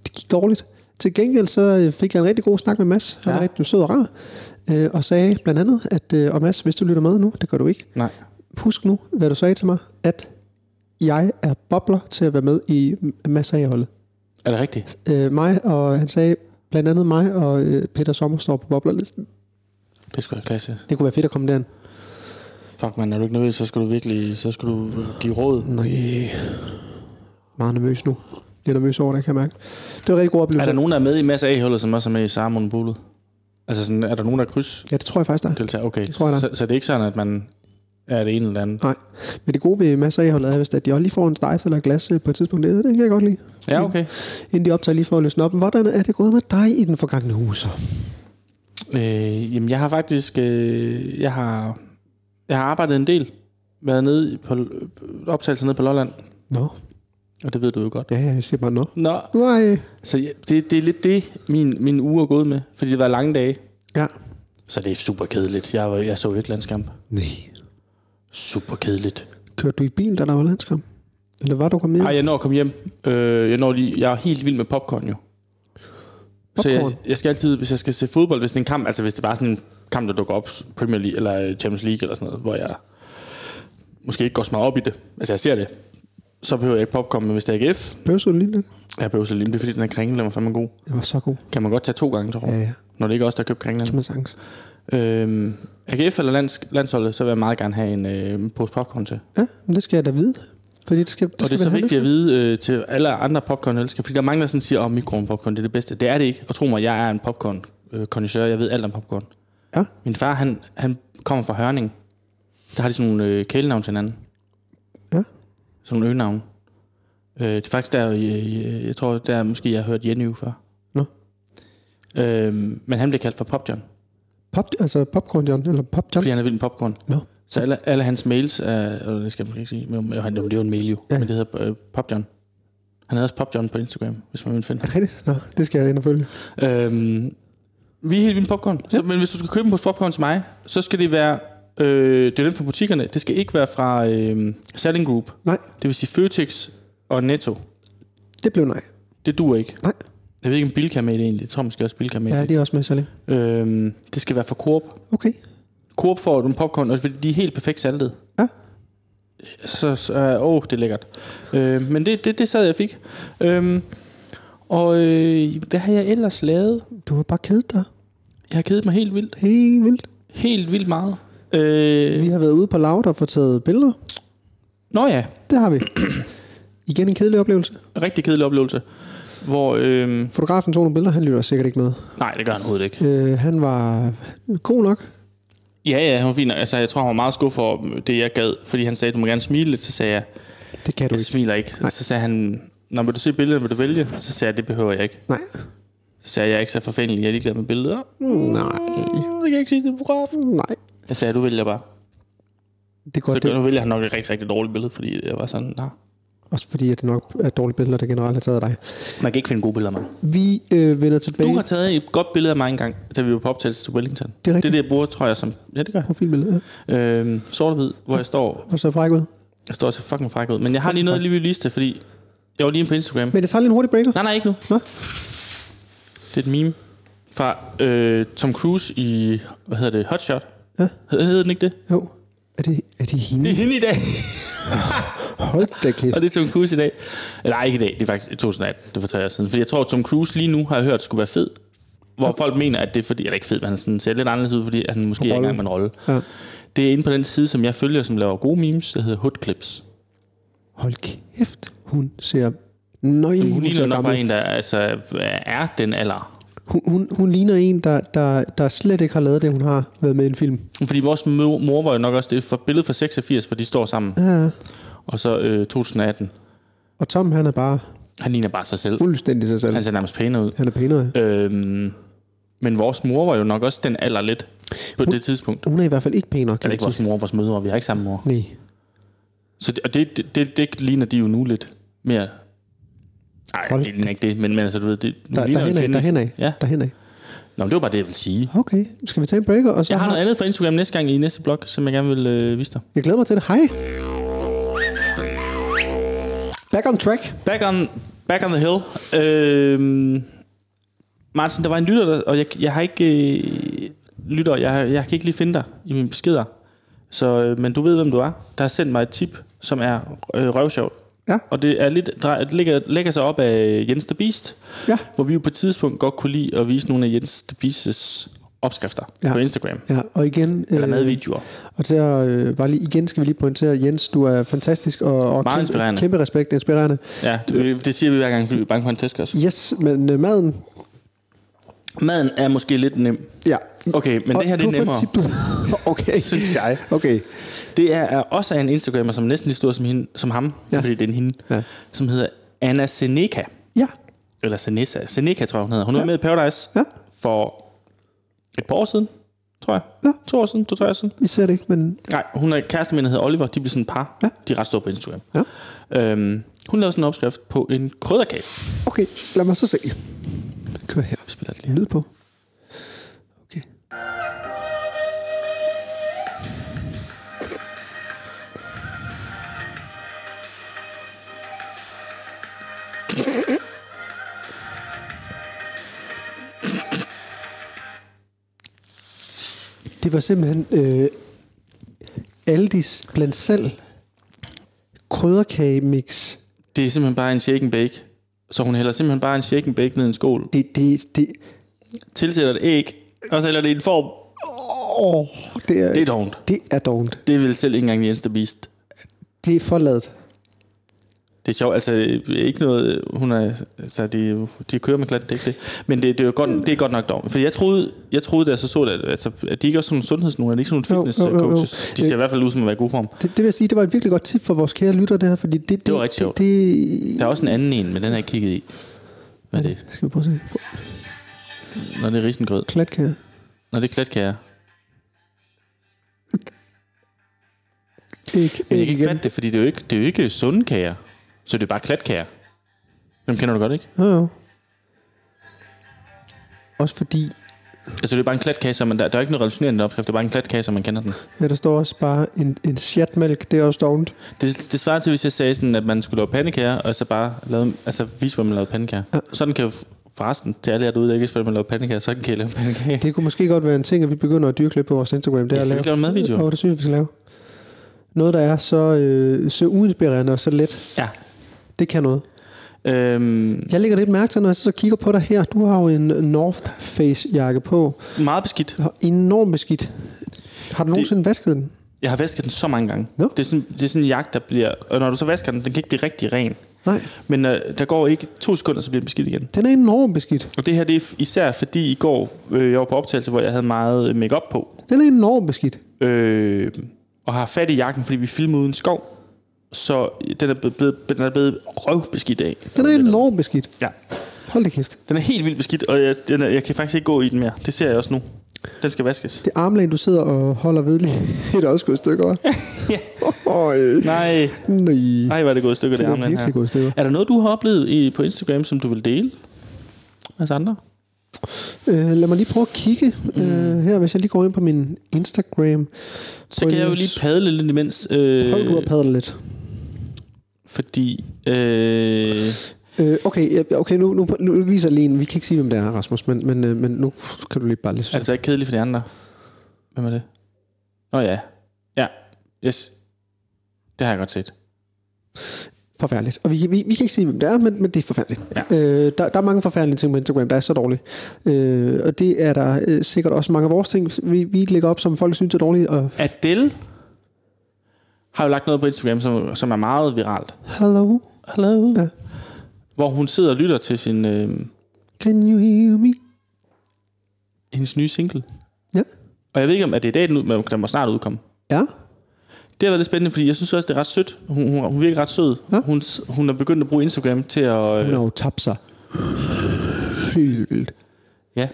[SPEAKER 1] Det gik dårligt. Til gengæld så øh, fik jeg en rigtig god snak med Mads. Han er
[SPEAKER 2] Ja.
[SPEAKER 1] rigtig sød og rar. Øh, og sagde blandt andet, at øh, og Mads, hvis du lytter med nu, det gør du ikke,
[SPEAKER 2] Nej.
[SPEAKER 1] husk nu, hvad du sagde til mig, at jeg er bobler til at være med i masser af holdet.
[SPEAKER 2] Er det rigtigt?
[SPEAKER 1] Øh, mig, og han sagde blandt andet mig og øh, Peter Sommer står på boblerlisten.
[SPEAKER 2] Det skulle være klasse.
[SPEAKER 1] Det kunne være fedt at komme derind.
[SPEAKER 2] Fuck man, er du ikke nervøs, så skal du virkelig så skal du give råd.
[SPEAKER 1] Nej. Meget nervøs nu. Jeg er nervøs over det, kan jeg mærke. Det var en rigtig god
[SPEAKER 2] Er
[SPEAKER 1] oplevelse.
[SPEAKER 2] der nogen, der er med i masser af hullet som også er med i Sarmon Bulet? Altså sådan, er der nogen, der kryds
[SPEAKER 1] Ja, det tror jeg faktisk, der er.
[SPEAKER 2] deltager? Okay,
[SPEAKER 1] Det tror jeg, der
[SPEAKER 2] så, så, det er ikke sådan, at man er det ene eller det andet.
[SPEAKER 1] Nej. Men det gode ved masser af holdet er, vist, at de også lige får en stejf eller et glas øh, på et tidspunkt. Det, det kan jeg godt lide.
[SPEAKER 2] Ja, okay.
[SPEAKER 1] Inden de optager lige for at løsne op. Hvordan er det gået med dig i den forgangne uge så?
[SPEAKER 2] Øh, jamen, jeg har faktisk... Øh, jeg, har, jeg har arbejdet en del. Været nede på optagelser nede på Lolland.
[SPEAKER 1] Nå.
[SPEAKER 2] Og det ved du jo godt.
[SPEAKER 1] Ja, ja, jeg siger bare nå.
[SPEAKER 2] Nå,
[SPEAKER 1] Nej.
[SPEAKER 2] så ja, det, det er lidt det, min, min uge er gået med. Fordi det var lange dage.
[SPEAKER 1] Ja.
[SPEAKER 2] Så det er super kedeligt. Jeg, var, jeg så jo ikke landskamp.
[SPEAKER 1] Nej.
[SPEAKER 2] Super kedeligt.
[SPEAKER 1] Kørte du i bil, da der var landskamp? Eller var du kommet hjem?
[SPEAKER 2] Nej, jeg når at komme hjem. Øh, jeg, når lige, jeg er helt vild med popcorn jo. Så jeg,
[SPEAKER 1] Popcorn?
[SPEAKER 2] jeg skal altid, hvis jeg skal se fodbold, hvis det er en kamp, altså hvis det er bare sådan en kamp, der dukker op, Premier League eller øh, Champions League eller sådan noget, hvor jeg måske ikke går så meget op i det. Altså jeg ser det, så behøver jeg ikke popcorn, men hvis det er AGF,
[SPEAKER 1] Bøvsede du lige lidt?
[SPEAKER 2] jeg behøver så lige, det er fordi den er kringle, den var fandme god.
[SPEAKER 1] Jeg var så god.
[SPEAKER 2] Kan man godt tage to gange, tror jeg.
[SPEAKER 1] Ja, ja.
[SPEAKER 2] Når det ikke er os, der har købt kringlen.
[SPEAKER 1] Som en sangs.
[SPEAKER 2] Øhm, AGF eller lands, landsholdet, så vil jeg meget gerne have en øh, pose popcorn til.
[SPEAKER 1] Ja, men det skal jeg da vide. Fordi det skal, det
[SPEAKER 2] Og
[SPEAKER 1] skal
[SPEAKER 2] det er så
[SPEAKER 1] vi have,
[SPEAKER 2] vigtigt at
[SPEAKER 1] det
[SPEAKER 2] vide øh, til alle andre popcorn-elskere, fordi der er mange, der sådan siger, at oh, mikroovnpopcorn det er det bedste. Det er det ikke, og tro mig, jeg er en popcorn øh, Jeg ved alt om popcorn.
[SPEAKER 1] skal- Ja,
[SPEAKER 2] Min far, han, han kommer fra Hørning. Der har de sådan nogle øh, kælenavn til hinanden.
[SPEAKER 1] Ja.
[SPEAKER 2] Sådan nogle øgenavn. Øh, det er faktisk der, jeg, jeg tror, der måske jeg har hørt Jenny før.
[SPEAKER 1] Nå.
[SPEAKER 2] Øhm, men han bliver kaldt for Popjohn,
[SPEAKER 1] pop, altså popcorn John, eller pop John.
[SPEAKER 2] fordi han er vild med popcorn.
[SPEAKER 1] Nå.
[SPEAKER 2] Så alle, alle hans mails er, øh, det skal jeg måske ikke sige, men jo, han- det er jo en mail jo,
[SPEAKER 1] Ja.
[SPEAKER 2] ja. men det hedder øh, Popjohn. Han hedder også Popjohn på Instagram, hvis man vil finde
[SPEAKER 1] Er det rigtigt? Nå, det skal jeg ind og følge.
[SPEAKER 2] Øhm, vi er helt vildt popcorn. Ja. Så, men hvis du skal købe en pose popcorn til mig, så skal det være... Øh, det er den fra butikkerne. Det skal ikke være fra øh, Selling Group.
[SPEAKER 1] Nej,
[SPEAKER 2] Det vil sige Føtex og Netto.
[SPEAKER 1] det blev nej.
[SPEAKER 2] Det duer ikke.
[SPEAKER 1] Nej.
[SPEAKER 2] Jeg ved ikke, om Bilka er med i det egentlig. Jeg tror måske også, Bilka er med
[SPEAKER 1] Ja,
[SPEAKER 2] ja, det.
[SPEAKER 1] det er også med Sally.
[SPEAKER 2] Øhm, det skal være fra Coop.
[SPEAKER 1] Okay.
[SPEAKER 2] Coop får du en popcorn, og fordi de er helt perfekt saltet.
[SPEAKER 1] Ja.
[SPEAKER 2] Så, så øh, åh, det er lækkert. Øh, men det, det, det sad jeg fik. Øhm, og øh, hvad har jeg ellers lavet?
[SPEAKER 1] Du har bare kedet dig.
[SPEAKER 2] Jeg har kedet mig helt vildt.
[SPEAKER 1] Helt vildt.
[SPEAKER 2] Helt vildt meget. Øh,
[SPEAKER 1] Vi har været ude på laut og fået taget billeder.
[SPEAKER 2] nå ja,
[SPEAKER 1] Det har vi. Igen en kedelig oplevelse.
[SPEAKER 2] rigtig kedelig oplevelse. Hvor, øh,
[SPEAKER 1] Fotografen tog nogle billeder, han lytter sikkert ikke med.
[SPEAKER 2] nej, det gør han overhovedet ikke.
[SPEAKER 1] Øh, han var god nok.
[SPEAKER 2] Ja, ja, han var fint. nok. Altså, jeg tror, han var meget skuffet over det, jeg gad. Fordi han sagde, du må gerne smile lidt. Så sagde jeg,
[SPEAKER 1] Det kan du
[SPEAKER 2] jeg
[SPEAKER 1] ikke.
[SPEAKER 2] smiler ikke.
[SPEAKER 1] Nej.
[SPEAKER 2] Så sagde han, når vil du se billedet, vil du vælge? Så sagde jeg, det behøver jeg ikke.
[SPEAKER 1] Nej.
[SPEAKER 2] Så sagde jeg, jeg er ikke så forfængelig, jeg er ligeglad med billeder. Mm,
[SPEAKER 1] Nej.
[SPEAKER 2] Det kan jeg ikke sige til fotografen.
[SPEAKER 1] Nej.
[SPEAKER 2] Jeg sagde, du vælger bare.
[SPEAKER 1] Det er godt,
[SPEAKER 2] Så nu
[SPEAKER 1] det.
[SPEAKER 2] vælger han nok et rigtig, rigtig dårligt billede, fordi jeg var sådan, nej.
[SPEAKER 1] Også fordi, at det nok er dårlige billeder, der generelt har taget af dig.
[SPEAKER 2] Man kan ikke finde gode billeder af mig.
[SPEAKER 1] Vi øh, vender tilbage.
[SPEAKER 2] Du har taget et godt billede af mig engang, da vi var på optagelse til Wellington.
[SPEAKER 1] Det er
[SPEAKER 2] Det er
[SPEAKER 1] rigtigt.
[SPEAKER 2] det, jeg bruger, tror jeg, som... Ja, det gør jeg.
[SPEAKER 1] Profilbillede. Ja.
[SPEAKER 2] Øhm, sort og hvid, hvor jeg står,
[SPEAKER 1] Og så fræk ud.
[SPEAKER 2] jeg står så fucking fræk ud. Men jeg har lige noget lige ved liste, fordi jeg var lige inde på Instagram.
[SPEAKER 1] Men det tager lige en hurtig breaker.
[SPEAKER 2] Nej, nej, ikke nu.
[SPEAKER 1] Nå.
[SPEAKER 2] Det er et meme fra øh, Tom Cruise i, hvad hedder det, Hot Shot.
[SPEAKER 1] Ja.
[SPEAKER 2] Hed- Hedder den ikke det?
[SPEAKER 1] Jo. Er det, er det hende?
[SPEAKER 2] Det er hende i dag,
[SPEAKER 1] Hold da kæft.
[SPEAKER 2] og det er Tom Cruise i dag. Eller ej, ikke i dag, det er faktisk i 2018, det var tre år siden. Fordi jeg tror, Tom Cruise lige nu har jeg hørt skulle være fed. Hvor folk mener, at det er fordi, eller ikke fed, men han sådan ser lidt anderledes ud, fordi han måske er i
[SPEAKER 1] Rolle.
[SPEAKER 2] gang med en rolle.
[SPEAKER 1] Ja.
[SPEAKER 2] Det er inde på den side, som jeg følger, som laver gode memes, der hedder Hood
[SPEAKER 1] Uh,
[SPEAKER 2] Clips.
[SPEAKER 1] Hold kæft. Hun ser... Nøj,
[SPEAKER 2] Jamen, hun ligner
[SPEAKER 1] ser
[SPEAKER 2] nok
[SPEAKER 1] gammel.
[SPEAKER 2] bare en, der altså, er den alder.
[SPEAKER 1] Hun, hun, hun ligner en, der, der, der slet ikke har lavet det, hun har været med i en film.
[SPEAKER 2] Fordi vores mor, mor var jo nok også det for billedet fra 86, hvor de står sammen.
[SPEAKER 1] Ja.
[SPEAKER 2] Og så øh, 2018.
[SPEAKER 1] Og Tom, han er bare
[SPEAKER 2] Han ligner bare sig selv.
[SPEAKER 1] fuldstændig sig selv.
[SPEAKER 2] Han ser nærmest pænere ud.
[SPEAKER 1] Han er pænere.
[SPEAKER 2] Øhm, men vores mor var jo nok også den alder lidt på det tidspunkt.
[SPEAKER 1] Hun er i hvert fald ikke pænere, kan
[SPEAKER 2] Eller
[SPEAKER 1] man
[SPEAKER 2] ikke
[SPEAKER 1] sige.
[SPEAKER 2] vores mor, vores mødre. Vi har ikke samme mor.
[SPEAKER 1] Nej.
[SPEAKER 2] Så det, og det, det, det, det ligner de jo nu lidt mere... Nej,
[SPEAKER 1] Hold
[SPEAKER 2] det ligner ikke det, men, men altså, du ved, det hun
[SPEAKER 1] Der,
[SPEAKER 2] ligner jo en
[SPEAKER 1] derhenad,
[SPEAKER 2] kvinde.
[SPEAKER 1] derhenad,
[SPEAKER 2] Ja.
[SPEAKER 1] derhenad.
[SPEAKER 2] Nå, men det var bare det, jeg ville sige.
[SPEAKER 1] Okay, skal vi tage en breaker? Og så
[SPEAKER 2] Jeg har noget andet fra Instagram næste gang i næste blog, som jeg gerne vil øh, vise dig.
[SPEAKER 1] jeg glæder mig til det. Hej. Back on track.
[SPEAKER 2] Back on, back on the hill. Øhm, Martin, der var en lytter, der, og jeg, jeg har ikke... Øh, lytter, jeg, jeg kan ikke lige finde dig i mine beskeder. Så, øh, men du ved, hvem du er. Der har sendt mig et tip, som er øh, røvsjovt.
[SPEAKER 1] Ja.
[SPEAKER 2] Og det, er lidt, drej- det ligger, lægger sig op af Jens the Beast,
[SPEAKER 1] Ja.
[SPEAKER 2] hvor vi jo på et tidspunkt godt kunne lide at vise nogle af Jens the Beasts opskrifter
[SPEAKER 1] Ja.
[SPEAKER 2] på Instagram.
[SPEAKER 1] Ja, og igen... øh,
[SPEAKER 2] Eller madvideoer.
[SPEAKER 1] Og til at, øh, bare lige, igen skal vi lige pointere, Jens, du er fantastisk og, og
[SPEAKER 2] Meget
[SPEAKER 1] kæmpe,
[SPEAKER 2] inspirerende.
[SPEAKER 1] kæmpe respekt, inspirerende.
[SPEAKER 2] Ja, det, det siger vi hver gang, fordi vi er bange for en tæsk også.
[SPEAKER 1] Yes, men øh, maden,
[SPEAKER 2] Maden er måske lidt nem.
[SPEAKER 1] ja.
[SPEAKER 2] Okay, men det her det er nemmere.
[SPEAKER 1] Tip, du... okay.
[SPEAKER 2] Synes jeg.
[SPEAKER 1] Okay.
[SPEAKER 2] Det er, er også af en Instagrammer, som er næsten lige stor som, hende, som ham,
[SPEAKER 1] Ja.
[SPEAKER 2] ja. fordi det er en hende,
[SPEAKER 1] Ja.
[SPEAKER 2] ja. som hedder Anna Seneca.
[SPEAKER 1] Ja,
[SPEAKER 2] Eller Senessa. Seneca, tror jeg, hun hedder. Hun ja. var med i Paradise
[SPEAKER 1] Ja.
[SPEAKER 2] for et par år siden. tror jeg. Ja. To år siden, to-tre år siden.
[SPEAKER 1] Vi ser det ikke, men
[SPEAKER 2] Nej, hun er kæreste med, der hedder Oliver. De blev sådan et par. Ja. De er ret store på Instagram.
[SPEAKER 1] Ja.
[SPEAKER 2] Øhm, hun lavede sådan en opskrift på en krydderkage.
[SPEAKER 1] okay, lad mig så se. Kør her.
[SPEAKER 2] Vi spiller det lige.
[SPEAKER 1] Lyd på. Okay. Det var simpelthen øh, Aldis blandt selv krydderkagemix.
[SPEAKER 2] Det er simpelthen bare en shake and bake. Så hun hælder simpelthen bare en shake and bake ned i en skål.
[SPEAKER 1] Det, det, det,
[SPEAKER 2] Tilsætter det æg, og så hælder det i en form.
[SPEAKER 1] åh, det er,
[SPEAKER 2] Det er dovent.
[SPEAKER 1] det er dovent.
[SPEAKER 2] Det vil selv ikke engang Jens der Beast.
[SPEAKER 1] Det er forladt.
[SPEAKER 2] Det er sjovt, altså øh, ikke noget, hun er, altså de, de kører med klat, det er ikke det. Men det, det, er jo godt, det er godt nok dog. For jeg troede, jeg troede, da jeg så så det, at, altså, at de ikke også sådan nogle sundhedsnoger, de er ikke sådan
[SPEAKER 1] Jo, jo,
[SPEAKER 2] nogle fitness
[SPEAKER 1] jo, jo.
[SPEAKER 2] coaches. De ser i hvert fald ud som at være i god form.
[SPEAKER 1] Det, det vil jeg sige, det var et virkelig godt tip for vores kære lytter, det her, fordi det, det,
[SPEAKER 2] var rigtig
[SPEAKER 1] det,
[SPEAKER 2] sjovt.
[SPEAKER 1] det,
[SPEAKER 2] Der er også en anden en, men den har jeg ikke kigget i. Hvad er det?
[SPEAKER 1] Skal vi prøve at se? Prøv.
[SPEAKER 2] Når det er risengrød.
[SPEAKER 1] Klatkære.
[SPEAKER 2] Når det er klatkager.
[SPEAKER 1] Ikke,
[SPEAKER 2] Men jeg kan ikke
[SPEAKER 1] igen.
[SPEAKER 2] fatte det, fordi det er jo ikke, det er jo ikke sunde kager. Så det er bare klatkager. Dem kender du godt, ikke?
[SPEAKER 1] Jo, jo. Også fordi,
[SPEAKER 2] Altså det er bare en klatkage, som man, der, der er ikke noget revolutionerende opskrift. Det er bare en klatkage, som man kender den.
[SPEAKER 1] ja, der står også bare en, en chatmælk, det er også dovent.
[SPEAKER 2] Det, det svarer til, hvis jeg sagde sådan, at man skulle lave pandekager, og så bare lave, altså vise, hvordan man lavede pandekager. Ja. Sådan kan jeg f- forresten til alle jer derude, der ikke vidste, hvordan man laver pandekager, så kan I lave pandekager. Det,
[SPEAKER 1] Det kunne måske godt være en ting, at vi begynder at dyrke lidt på vores Instagram. Det er
[SPEAKER 2] Ja,
[SPEAKER 1] at
[SPEAKER 2] skal vi
[SPEAKER 1] lave.
[SPEAKER 2] ikke lave en madvideo?
[SPEAKER 1] Åh, det synes jeg, vi skal lave. Noget, der er så, øh, så uinspirerende og så let,
[SPEAKER 2] ja.
[SPEAKER 1] det kan noget.
[SPEAKER 2] Øhm,
[SPEAKER 1] Jeg lægger lidt mærke til, når jeg så kigger på dig her. Du har jo en North Face-jakke på.
[SPEAKER 2] meget beskidt.
[SPEAKER 1] Og enormt beskidt. Har du nogensinde vasket den?
[SPEAKER 2] Jeg har vasket den så mange gange.
[SPEAKER 1] Nå.
[SPEAKER 2] Det, er sådan, det er sådan en jagt, der bliver... Og når du så vasker den, den kan ikke blive rigtig ren.
[SPEAKER 1] Nej.
[SPEAKER 2] Men øh, der går ikke to sekunder, så bliver den beskidt igen.
[SPEAKER 1] Den er enormt beskidt.
[SPEAKER 2] Og det her, det er f- især fordi i går, øh, jeg var på optagelse, hvor jeg havde meget øh, makeup på.
[SPEAKER 1] Den er enormt beskidt.
[SPEAKER 2] øh, og har fat i jakken, fordi vi filmede uden skov. Så øh, den er blevet, blevet, den er blevet røvbeskidt af.
[SPEAKER 1] Den er enormt beskidt.
[SPEAKER 2] Ja.
[SPEAKER 1] Hold da kæft.
[SPEAKER 2] Den er helt vildt beskidt, og jeg, den er, jeg kan faktisk ikke gå i den mere. Det ser jeg også nu. Den skal vaskes.
[SPEAKER 1] Det armlæn, du sidder og holder ved lige, det er også gået i stykker.
[SPEAKER 2] Ja.
[SPEAKER 1] Øj,
[SPEAKER 2] Nej,
[SPEAKER 1] nej.
[SPEAKER 2] nej, var det gået i stykker, det,
[SPEAKER 1] Det er
[SPEAKER 2] armlæn
[SPEAKER 1] virkelig
[SPEAKER 2] her.
[SPEAKER 1] gået i stykker.
[SPEAKER 2] Er der noget, du har oplevet i, på Instagram, som du vil dele? Altså andre?
[SPEAKER 1] Øh, lad mig lige prøve at kigge øh, her, hvis jeg lige går ind på min Instagram.
[SPEAKER 2] Så kan jeg jo lige padle lidt imens. Øh,
[SPEAKER 1] Prøv du at padle lidt.
[SPEAKER 2] Fordi... Øh,
[SPEAKER 1] Øh, okay, ja, okay nu, nu, nu viser jeg lige en. Vi kan ikke sige, hvem det er, Rasmus, men, men, øh, men nu kan du lige bare lige...
[SPEAKER 2] er det så ikke kedeligt for de andre? Hvem er det? Nå ja. Ja. Yes. Det har jeg godt set.
[SPEAKER 1] forfærdeligt. Og vi, vi, vi kan ikke sige, hvem det er, men, men det er forfærdeligt. Ja. Øh, der, der er mange forfærdelige ting på Instagram, der er så dårlige. Øh, og det er der øh, sikkert også mange af vores ting, vi, vi lægger op, som folk synes er dårlige. Og
[SPEAKER 2] Adele har jo lagt noget på Instagram, som, som er meget viralt.
[SPEAKER 1] hello,
[SPEAKER 2] Hello.
[SPEAKER 1] Ja.
[SPEAKER 2] Ja. Hvor hun sidder og lytter til sin, øh,
[SPEAKER 1] can you hear me?
[SPEAKER 2] hendes nye single.
[SPEAKER 1] Ja.
[SPEAKER 2] Og jeg ved ikke, om at det er i dag, den, ud, men den må snart udkomme.
[SPEAKER 1] Ja.
[SPEAKER 2] Det har været lidt spændende, fordi jeg synes også, det er ret sødt. Hun, hun, hun virker ret sød.
[SPEAKER 1] Ja.
[SPEAKER 2] Ja. Hun, s- hun er begyndt at bruge Instagram til at...
[SPEAKER 1] Hun
[SPEAKER 2] Øh,
[SPEAKER 1] har jo tabt sig. Helt vildt.
[SPEAKER 2] ja.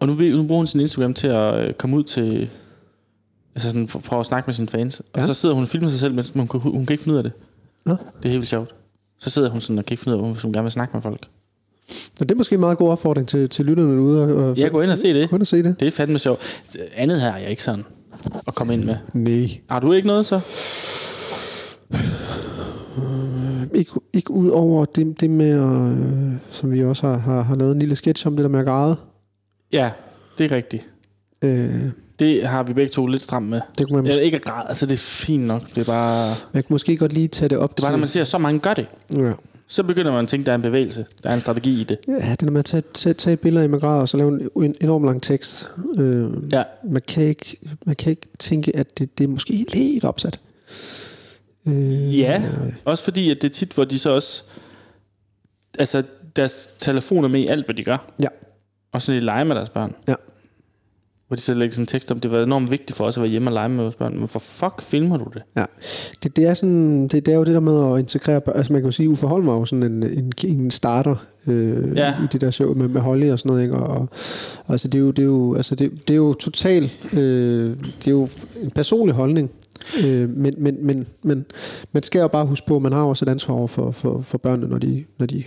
[SPEAKER 2] Og nu, ved- nu bruger hun sin Instagram til at øh, komme ud til... Altså sådan, for, for at snakke med sine fans. Ja.
[SPEAKER 1] Ja.
[SPEAKER 2] Og så sidder hun og filmer sig selv, men hun, kan- hun kan ikke finde ud af det.
[SPEAKER 1] Nå.
[SPEAKER 2] Det er helt vildt sjovt. Så sidder hun sådan og kan ikke finde ud af, hvis hun gerne vil snakke med folk.
[SPEAKER 1] Nå, det er måske en meget god opfordring til, til lytterne derude. Og, og
[SPEAKER 2] Jeg går ind og se det.
[SPEAKER 1] Gå ind og se det.
[SPEAKER 2] Det er fandme sjovt. Andet her er jeg ikke sådan at komme ind med.
[SPEAKER 1] Nej.
[SPEAKER 2] Har du ikke noget så?
[SPEAKER 1] Ikke, ikke ud over det, det med, at, øh, som vi også har, har, har lavet en lille sketch om, det der med at græde.
[SPEAKER 2] Ja, det er rigtigt.
[SPEAKER 1] Øh,
[SPEAKER 2] Det har vi begge to lidt stramt med.
[SPEAKER 1] det kunne man,
[SPEAKER 2] Jeg
[SPEAKER 1] måske,
[SPEAKER 2] er ikke at græde, altså det er fint nok. Det er bare,
[SPEAKER 1] man kunne måske godt lige tage det op
[SPEAKER 2] det er bare når man
[SPEAKER 1] til...
[SPEAKER 2] ser, at så mange gør det,
[SPEAKER 1] ja.
[SPEAKER 2] så begynder man at tænke, at der er en bevægelse. Der er en strategi i det.
[SPEAKER 1] Ja, det der med at tage, tage, tage et billede af med grader, og så lave en, en enorm lang tekst. Øh,
[SPEAKER 2] Ja.
[SPEAKER 1] man, kan ikke, man kan ikke tænke, at det, det er måske lidt opsat. Øh,
[SPEAKER 2] Ja, også fordi at det er tit, hvor de så også... Altså, deres telefoner med i alt, hvad de gør.
[SPEAKER 1] Ja.
[SPEAKER 2] Og så de leger med deres børn.
[SPEAKER 1] Ja.
[SPEAKER 2] Hvor de så lægger sådan en tekst om, det var enormt vigtigt for os at være hjemme og lege med vores børn. Men for fuck filmer du det?
[SPEAKER 1] Ja. Det, det, er sådan, det, det er jo det der med at integrere børn. Altså man kan jo sige, Uffe Holm var jo sådan en, en, en starter øh, ja.
[SPEAKER 2] Ja.
[SPEAKER 1] i det der show med, med Holly og sådan noget. Ikke? Og, og, altså det er jo, det er jo, altså det, det er jo totalt, øh, det er jo en personlig holdning. Øh, men, men, men, men man skal jo bare huske på, at man har også et ansvar over for, for, for børnene, når de, når de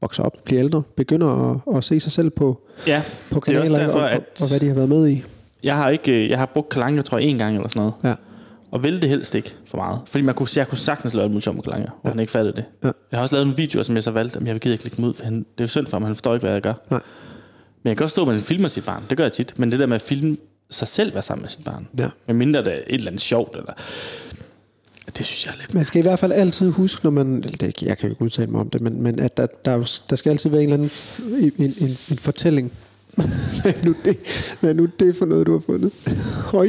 [SPEAKER 1] vokser op, bliver ældre, begynder at, at se sig selv på,
[SPEAKER 2] Ja,
[SPEAKER 1] på
[SPEAKER 2] det er også
[SPEAKER 1] kanaler
[SPEAKER 2] derfor,
[SPEAKER 1] og, og,
[SPEAKER 2] at
[SPEAKER 1] og hvad de har været med i.
[SPEAKER 2] jeg har, ikke, øh, jeg har brugt kalanker, tror jeg, en gang eller sådan noget.
[SPEAKER 1] Ja.
[SPEAKER 2] Og ville det helst ikke for meget. Fordi man kunne, jeg kunne sagtens lave et museum med Klanger, hvor ja. han ikke fattede det.
[SPEAKER 1] Ja.
[SPEAKER 2] Jeg har også lavet nogle videoer, som jeg så valgte, men jeg vil gider ikke lægge dem ud, for han, det er jo synd for ham, han forstår ikke, hvad jeg gør.
[SPEAKER 1] Nej.
[SPEAKER 2] Men jeg kan godt stå, at man filmer sit barn. Det gør jeg tit. Men det der med at filme sig selv være sammen med sit barn.
[SPEAKER 1] Ja.
[SPEAKER 2] Med mindre det er et eller andet sjovt. Eller... Det synes jeg er lidt...
[SPEAKER 1] Man skal i hvert fald altid huske, når man... eller Det, jeg kan jo ikke udtale mig om det, men, men at der, der, er jo- der skal altid være en eller anden f- en, en, en, en fortælling. hvad, er nu det, hvad er nu det for noget, du har fundet? Høj.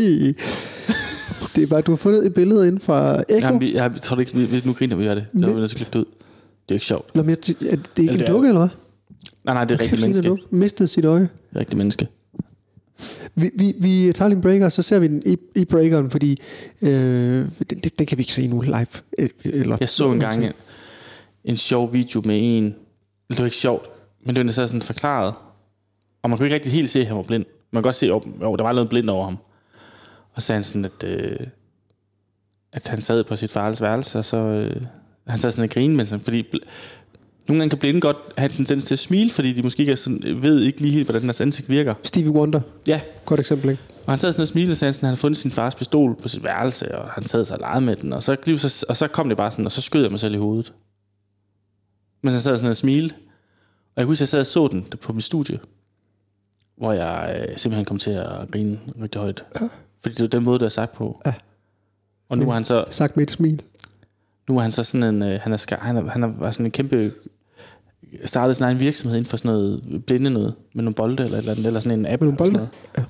[SPEAKER 1] Det er bare, du har fundet et billede inden fra Echo.
[SPEAKER 2] Jamen,
[SPEAKER 1] Jamen,
[SPEAKER 2] vi, jeg tror ikke, vi, vi, nu griner vi af det. Så er vi
[SPEAKER 1] Men-
[SPEAKER 2] nødt til at klippe det ud. Det er ikke sjovt.
[SPEAKER 1] Nå, men jeg, det er det ikke
[SPEAKER 2] det
[SPEAKER 1] en
[SPEAKER 2] er-
[SPEAKER 1] dukke, eller hvad?
[SPEAKER 2] Nej, nej, det er rigtigt
[SPEAKER 1] Katrine
[SPEAKER 2] menneske.
[SPEAKER 1] Dukke mistede sit øje.
[SPEAKER 2] Det er rigtigt menneske.
[SPEAKER 1] Vi, vi, vi tager lige en breaker, så ser vi den i, i breakeren, fordi øh, den, den, den kan vi ikke se nu live. øh, Eller,
[SPEAKER 2] Jeg så engang en, en sjov video med en... Eller det var ikke sjovt, men det var så sådan forklaret. Og man kunne ikke rigtig helt se, at han var blind. Man kunne godt se, at jo, der var noget blind over ham. Og så sagde han sådan, at, øh, at han sad på sit fars værelse, og så... Øh, han sad sådan og grinede, men sådan, fordi... bl- Nogle gange kan blinde godt have en tendens til at smile, fordi de måske ikke er sådan, ved ikke lige helt, hvordan deres ansigt virker.
[SPEAKER 1] Stevie Wonder,
[SPEAKER 2] Ja,
[SPEAKER 1] godt eksempel, ikke?
[SPEAKER 2] og han sad sådan og smilte og sagde, sådan, at han havde fundet sin fars pistol på sit værelse, og han sad sig og legede med den, og så, lige, så, og så kom det bare sådan, og så skød jeg mig selv i hovedet. Men han sad sådan og smilte, og jeg kan huske, at jeg sad og så den på mit studie, hvor jeg øh, simpelthen kom til at grine rigtig højt. Ja. Fordi det var den måde, der er sagt på. Ja. Og nu er han så
[SPEAKER 1] Sagt med et smil.
[SPEAKER 2] nu er han så sådan en, øh, han er, skar- han er, han er var sådan en kæmpe, startede sin egen virksomhed inden for sådan noget blinde noget, med nogle bolde eller et eller andet, eller sådan en app.
[SPEAKER 1] Med nogle bolde?
[SPEAKER 2] Eller sådan noget.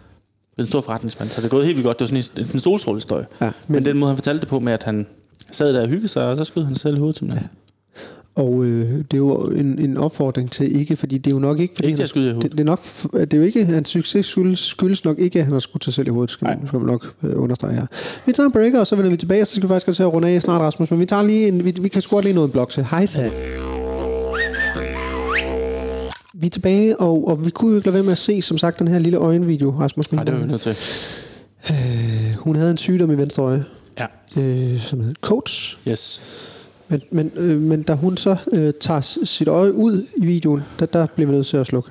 [SPEAKER 2] Det er en stor forretningsmand, så det er gået helt vildt godt. Det var sådan en, en solstrålehistorie.
[SPEAKER 1] Ja,
[SPEAKER 2] Ja, men, men, den måde, han fortalte det på med, at han sad der og hyggede sig, og så skød han sig selv i hovedet simpelthen. Ja,
[SPEAKER 1] Og øh, det er jo en, en opfordring til ikke, fordi det er jo nok ikke... Fordi
[SPEAKER 2] Ikke til
[SPEAKER 1] han-
[SPEAKER 2] at skyde i
[SPEAKER 1] det,
[SPEAKER 2] hovedet.
[SPEAKER 1] det, er nok, f- det er jo ikke, hans succes skyldes, skyldes nok ikke, at han har skudt sig selv i hovedet, skal, man, skal man nok øh, understrege her. Vi tager en breaker, og så vender vi tilbage, og så skal vi faktisk også til at runde af snart, Rasmus, men vi tager lige en, vi, vi kan sgu godt lige noget en blok til. Hej, så. Vi er tilbage, og, og vi kunne jo ikke lade være med at se, som sagt, den her lille øjenvideo, Rasmus.
[SPEAKER 2] Ej, det var vi nødt til.
[SPEAKER 1] øh, hun havde en sygdom i venstre øje,
[SPEAKER 2] Ja.
[SPEAKER 1] øh, som hed Coates.
[SPEAKER 2] Yes.
[SPEAKER 1] Men, men, øh, men da hun så øh, tager s- sit øje ud i videoen, der, der bliver vi nødt til at slukke.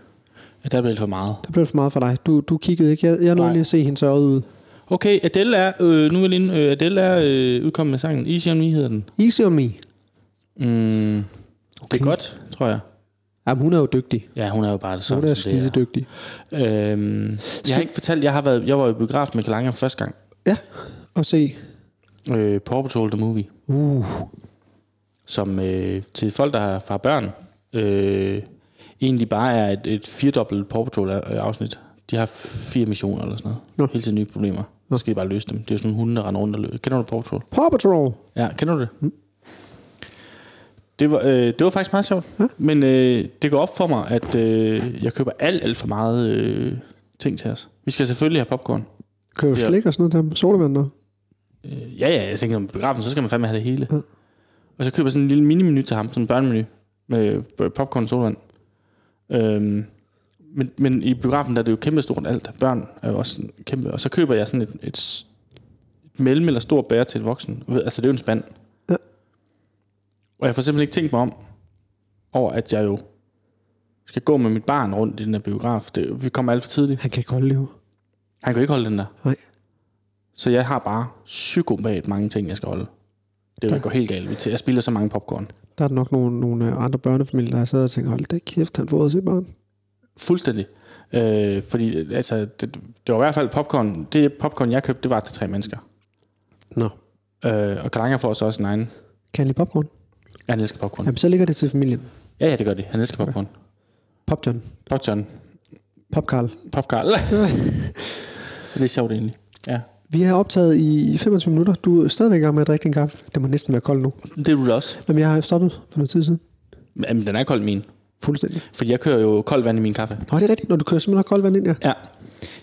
[SPEAKER 2] Ja, der blev det for meget.
[SPEAKER 1] Der blev det for meget for dig. Du, du kiggede ikke. Jeg, jeg nåede
[SPEAKER 2] Nej.
[SPEAKER 1] lige at se hendes øje ud.
[SPEAKER 2] Okay, Adele er, øh, nu er jeg lige, inde, øh, Adele er øh, udkommet med sangen Easy on Me hedder den.
[SPEAKER 1] Easy on me.
[SPEAKER 2] Mm, okay. Det er godt, tror jeg.
[SPEAKER 1] Jamen, hun er jo dygtig.
[SPEAKER 2] Ja, hun er jo bare sådan,
[SPEAKER 1] Hun er
[SPEAKER 2] som det
[SPEAKER 1] skide dygtig.
[SPEAKER 2] Øhm, jeg har ikke fortalt, jeg har været, jeg var jo i biografen med Kalanger første gang.
[SPEAKER 1] Ja, og se.
[SPEAKER 2] Øh, Paw Patrol The Movie. Uh. Som øh, til folk, der har, har børn, øh, egentlig bare er et, et firdobbelt Paw Patrol øh, afsnit. De har fire missioner eller sådan noget.
[SPEAKER 1] Nå.
[SPEAKER 2] Hele tiden nye problemer. Så skal de bare løse dem. Det er jo sådan hunde, der render rundt og løber. Kender du Paw Patrol?
[SPEAKER 1] Paw Patrol.
[SPEAKER 2] Ja, kender du det? Mm. Det var, øh, det var faktisk meget sjovt. Ja. Men øh, det går op for mig, at øh, jeg køber alt, alt for meget øh, ting til os. Vi skal selvfølgelig have popcorn.
[SPEAKER 1] Kører
[SPEAKER 2] Ja.
[SPEAKER 1] ja. slik og sådan noget til ham. Sodavand og...
[SPEAKER 2] Øh, ja, ja, jeg tænker, om begravelsen, så skal man fandme have det hele. Og så køber jeg sådan en lille minimenu til ham, sådan en børnemenu, med øh, popcorn og sodavand. Øhm, men, men i biografen, der er det jo kæmpestort alt. Børn er jo også sådan kæmpe. Og så køber jeg sådan et, et, s- et mellem eller stort bære til et voksen. Ved- Altså, det er jo en spand.
[SPEAKER 1] Ja.
[SPEAKER 2] Og jeg får simpelthen ikke tænkt mig om, over at jeg jo skal gå med mit barn rundt i den her biograf. Det, vi kommer alt for tidligt.
[SPEAKER 1] Han kan ikke holde liv.
[SPEAKER 2] Han kan jo ikke holde den der.
[SPEAKER 1] Nej.
[SPEAKER 2] Så jeg har bare psykopat mange ting, jeg skal holde. Det vil gå helt galt. Vi til- Jeg spilder så mange popcorn.
[SPEAKER 1] Der er nok nogle, nogle øh, andre børnefamilier, der har siddet og tænkt, hold da kæft, han får sit barn.
[SPEAKER 2] Fuldstændig. Øh, fordi øh, altså, det, det, var i hvert fald popcorn. Det popcorn, jeg købte, det var til tre mennesker.
[SPEAKER 1] Nå.
[SPEAKER 2] Øh, og Kalanger får så også sin egen.
[SPEAKER 1] Kan han lide popcorn?
[SPEAKER 2] Ja, han elsker popcorn.
[SPEAKER 1] Jamen, så ligger det til familien.
[SPEAKER 2] Ja, ja, det gør det. Han elsker popcorn.
[SPEAKER 1] Popjohn.
[SPEAKER 2] Popcorn.
[SPEAKER 1] Popkarl.
[SPEAKER 2] Popcorn. det er sjovt egentlig. Ja.
[SPEAKER 1] Vi har optaget i 25 minutter. Du er stadigvæk i gang med at drikke din kaffe. Det må næsten være kold nu.
[SPEAKER 2] Det er du da også.
[SPEAKER 1] Jamen, jeg har stoppet for noget tid siden.
[SPEAKER 2] Jamen, den er kold min.
[SPEAKER 1] Fuldstændig.
[SPEAKER 2] Fordi jeg kører jo koldt vand i min kaffe.
[SPEAKER 1] Nå, det er rigtigt. Når du kører simpelthen koldt vand ind, ja.
[SPEAKER 2] Ja.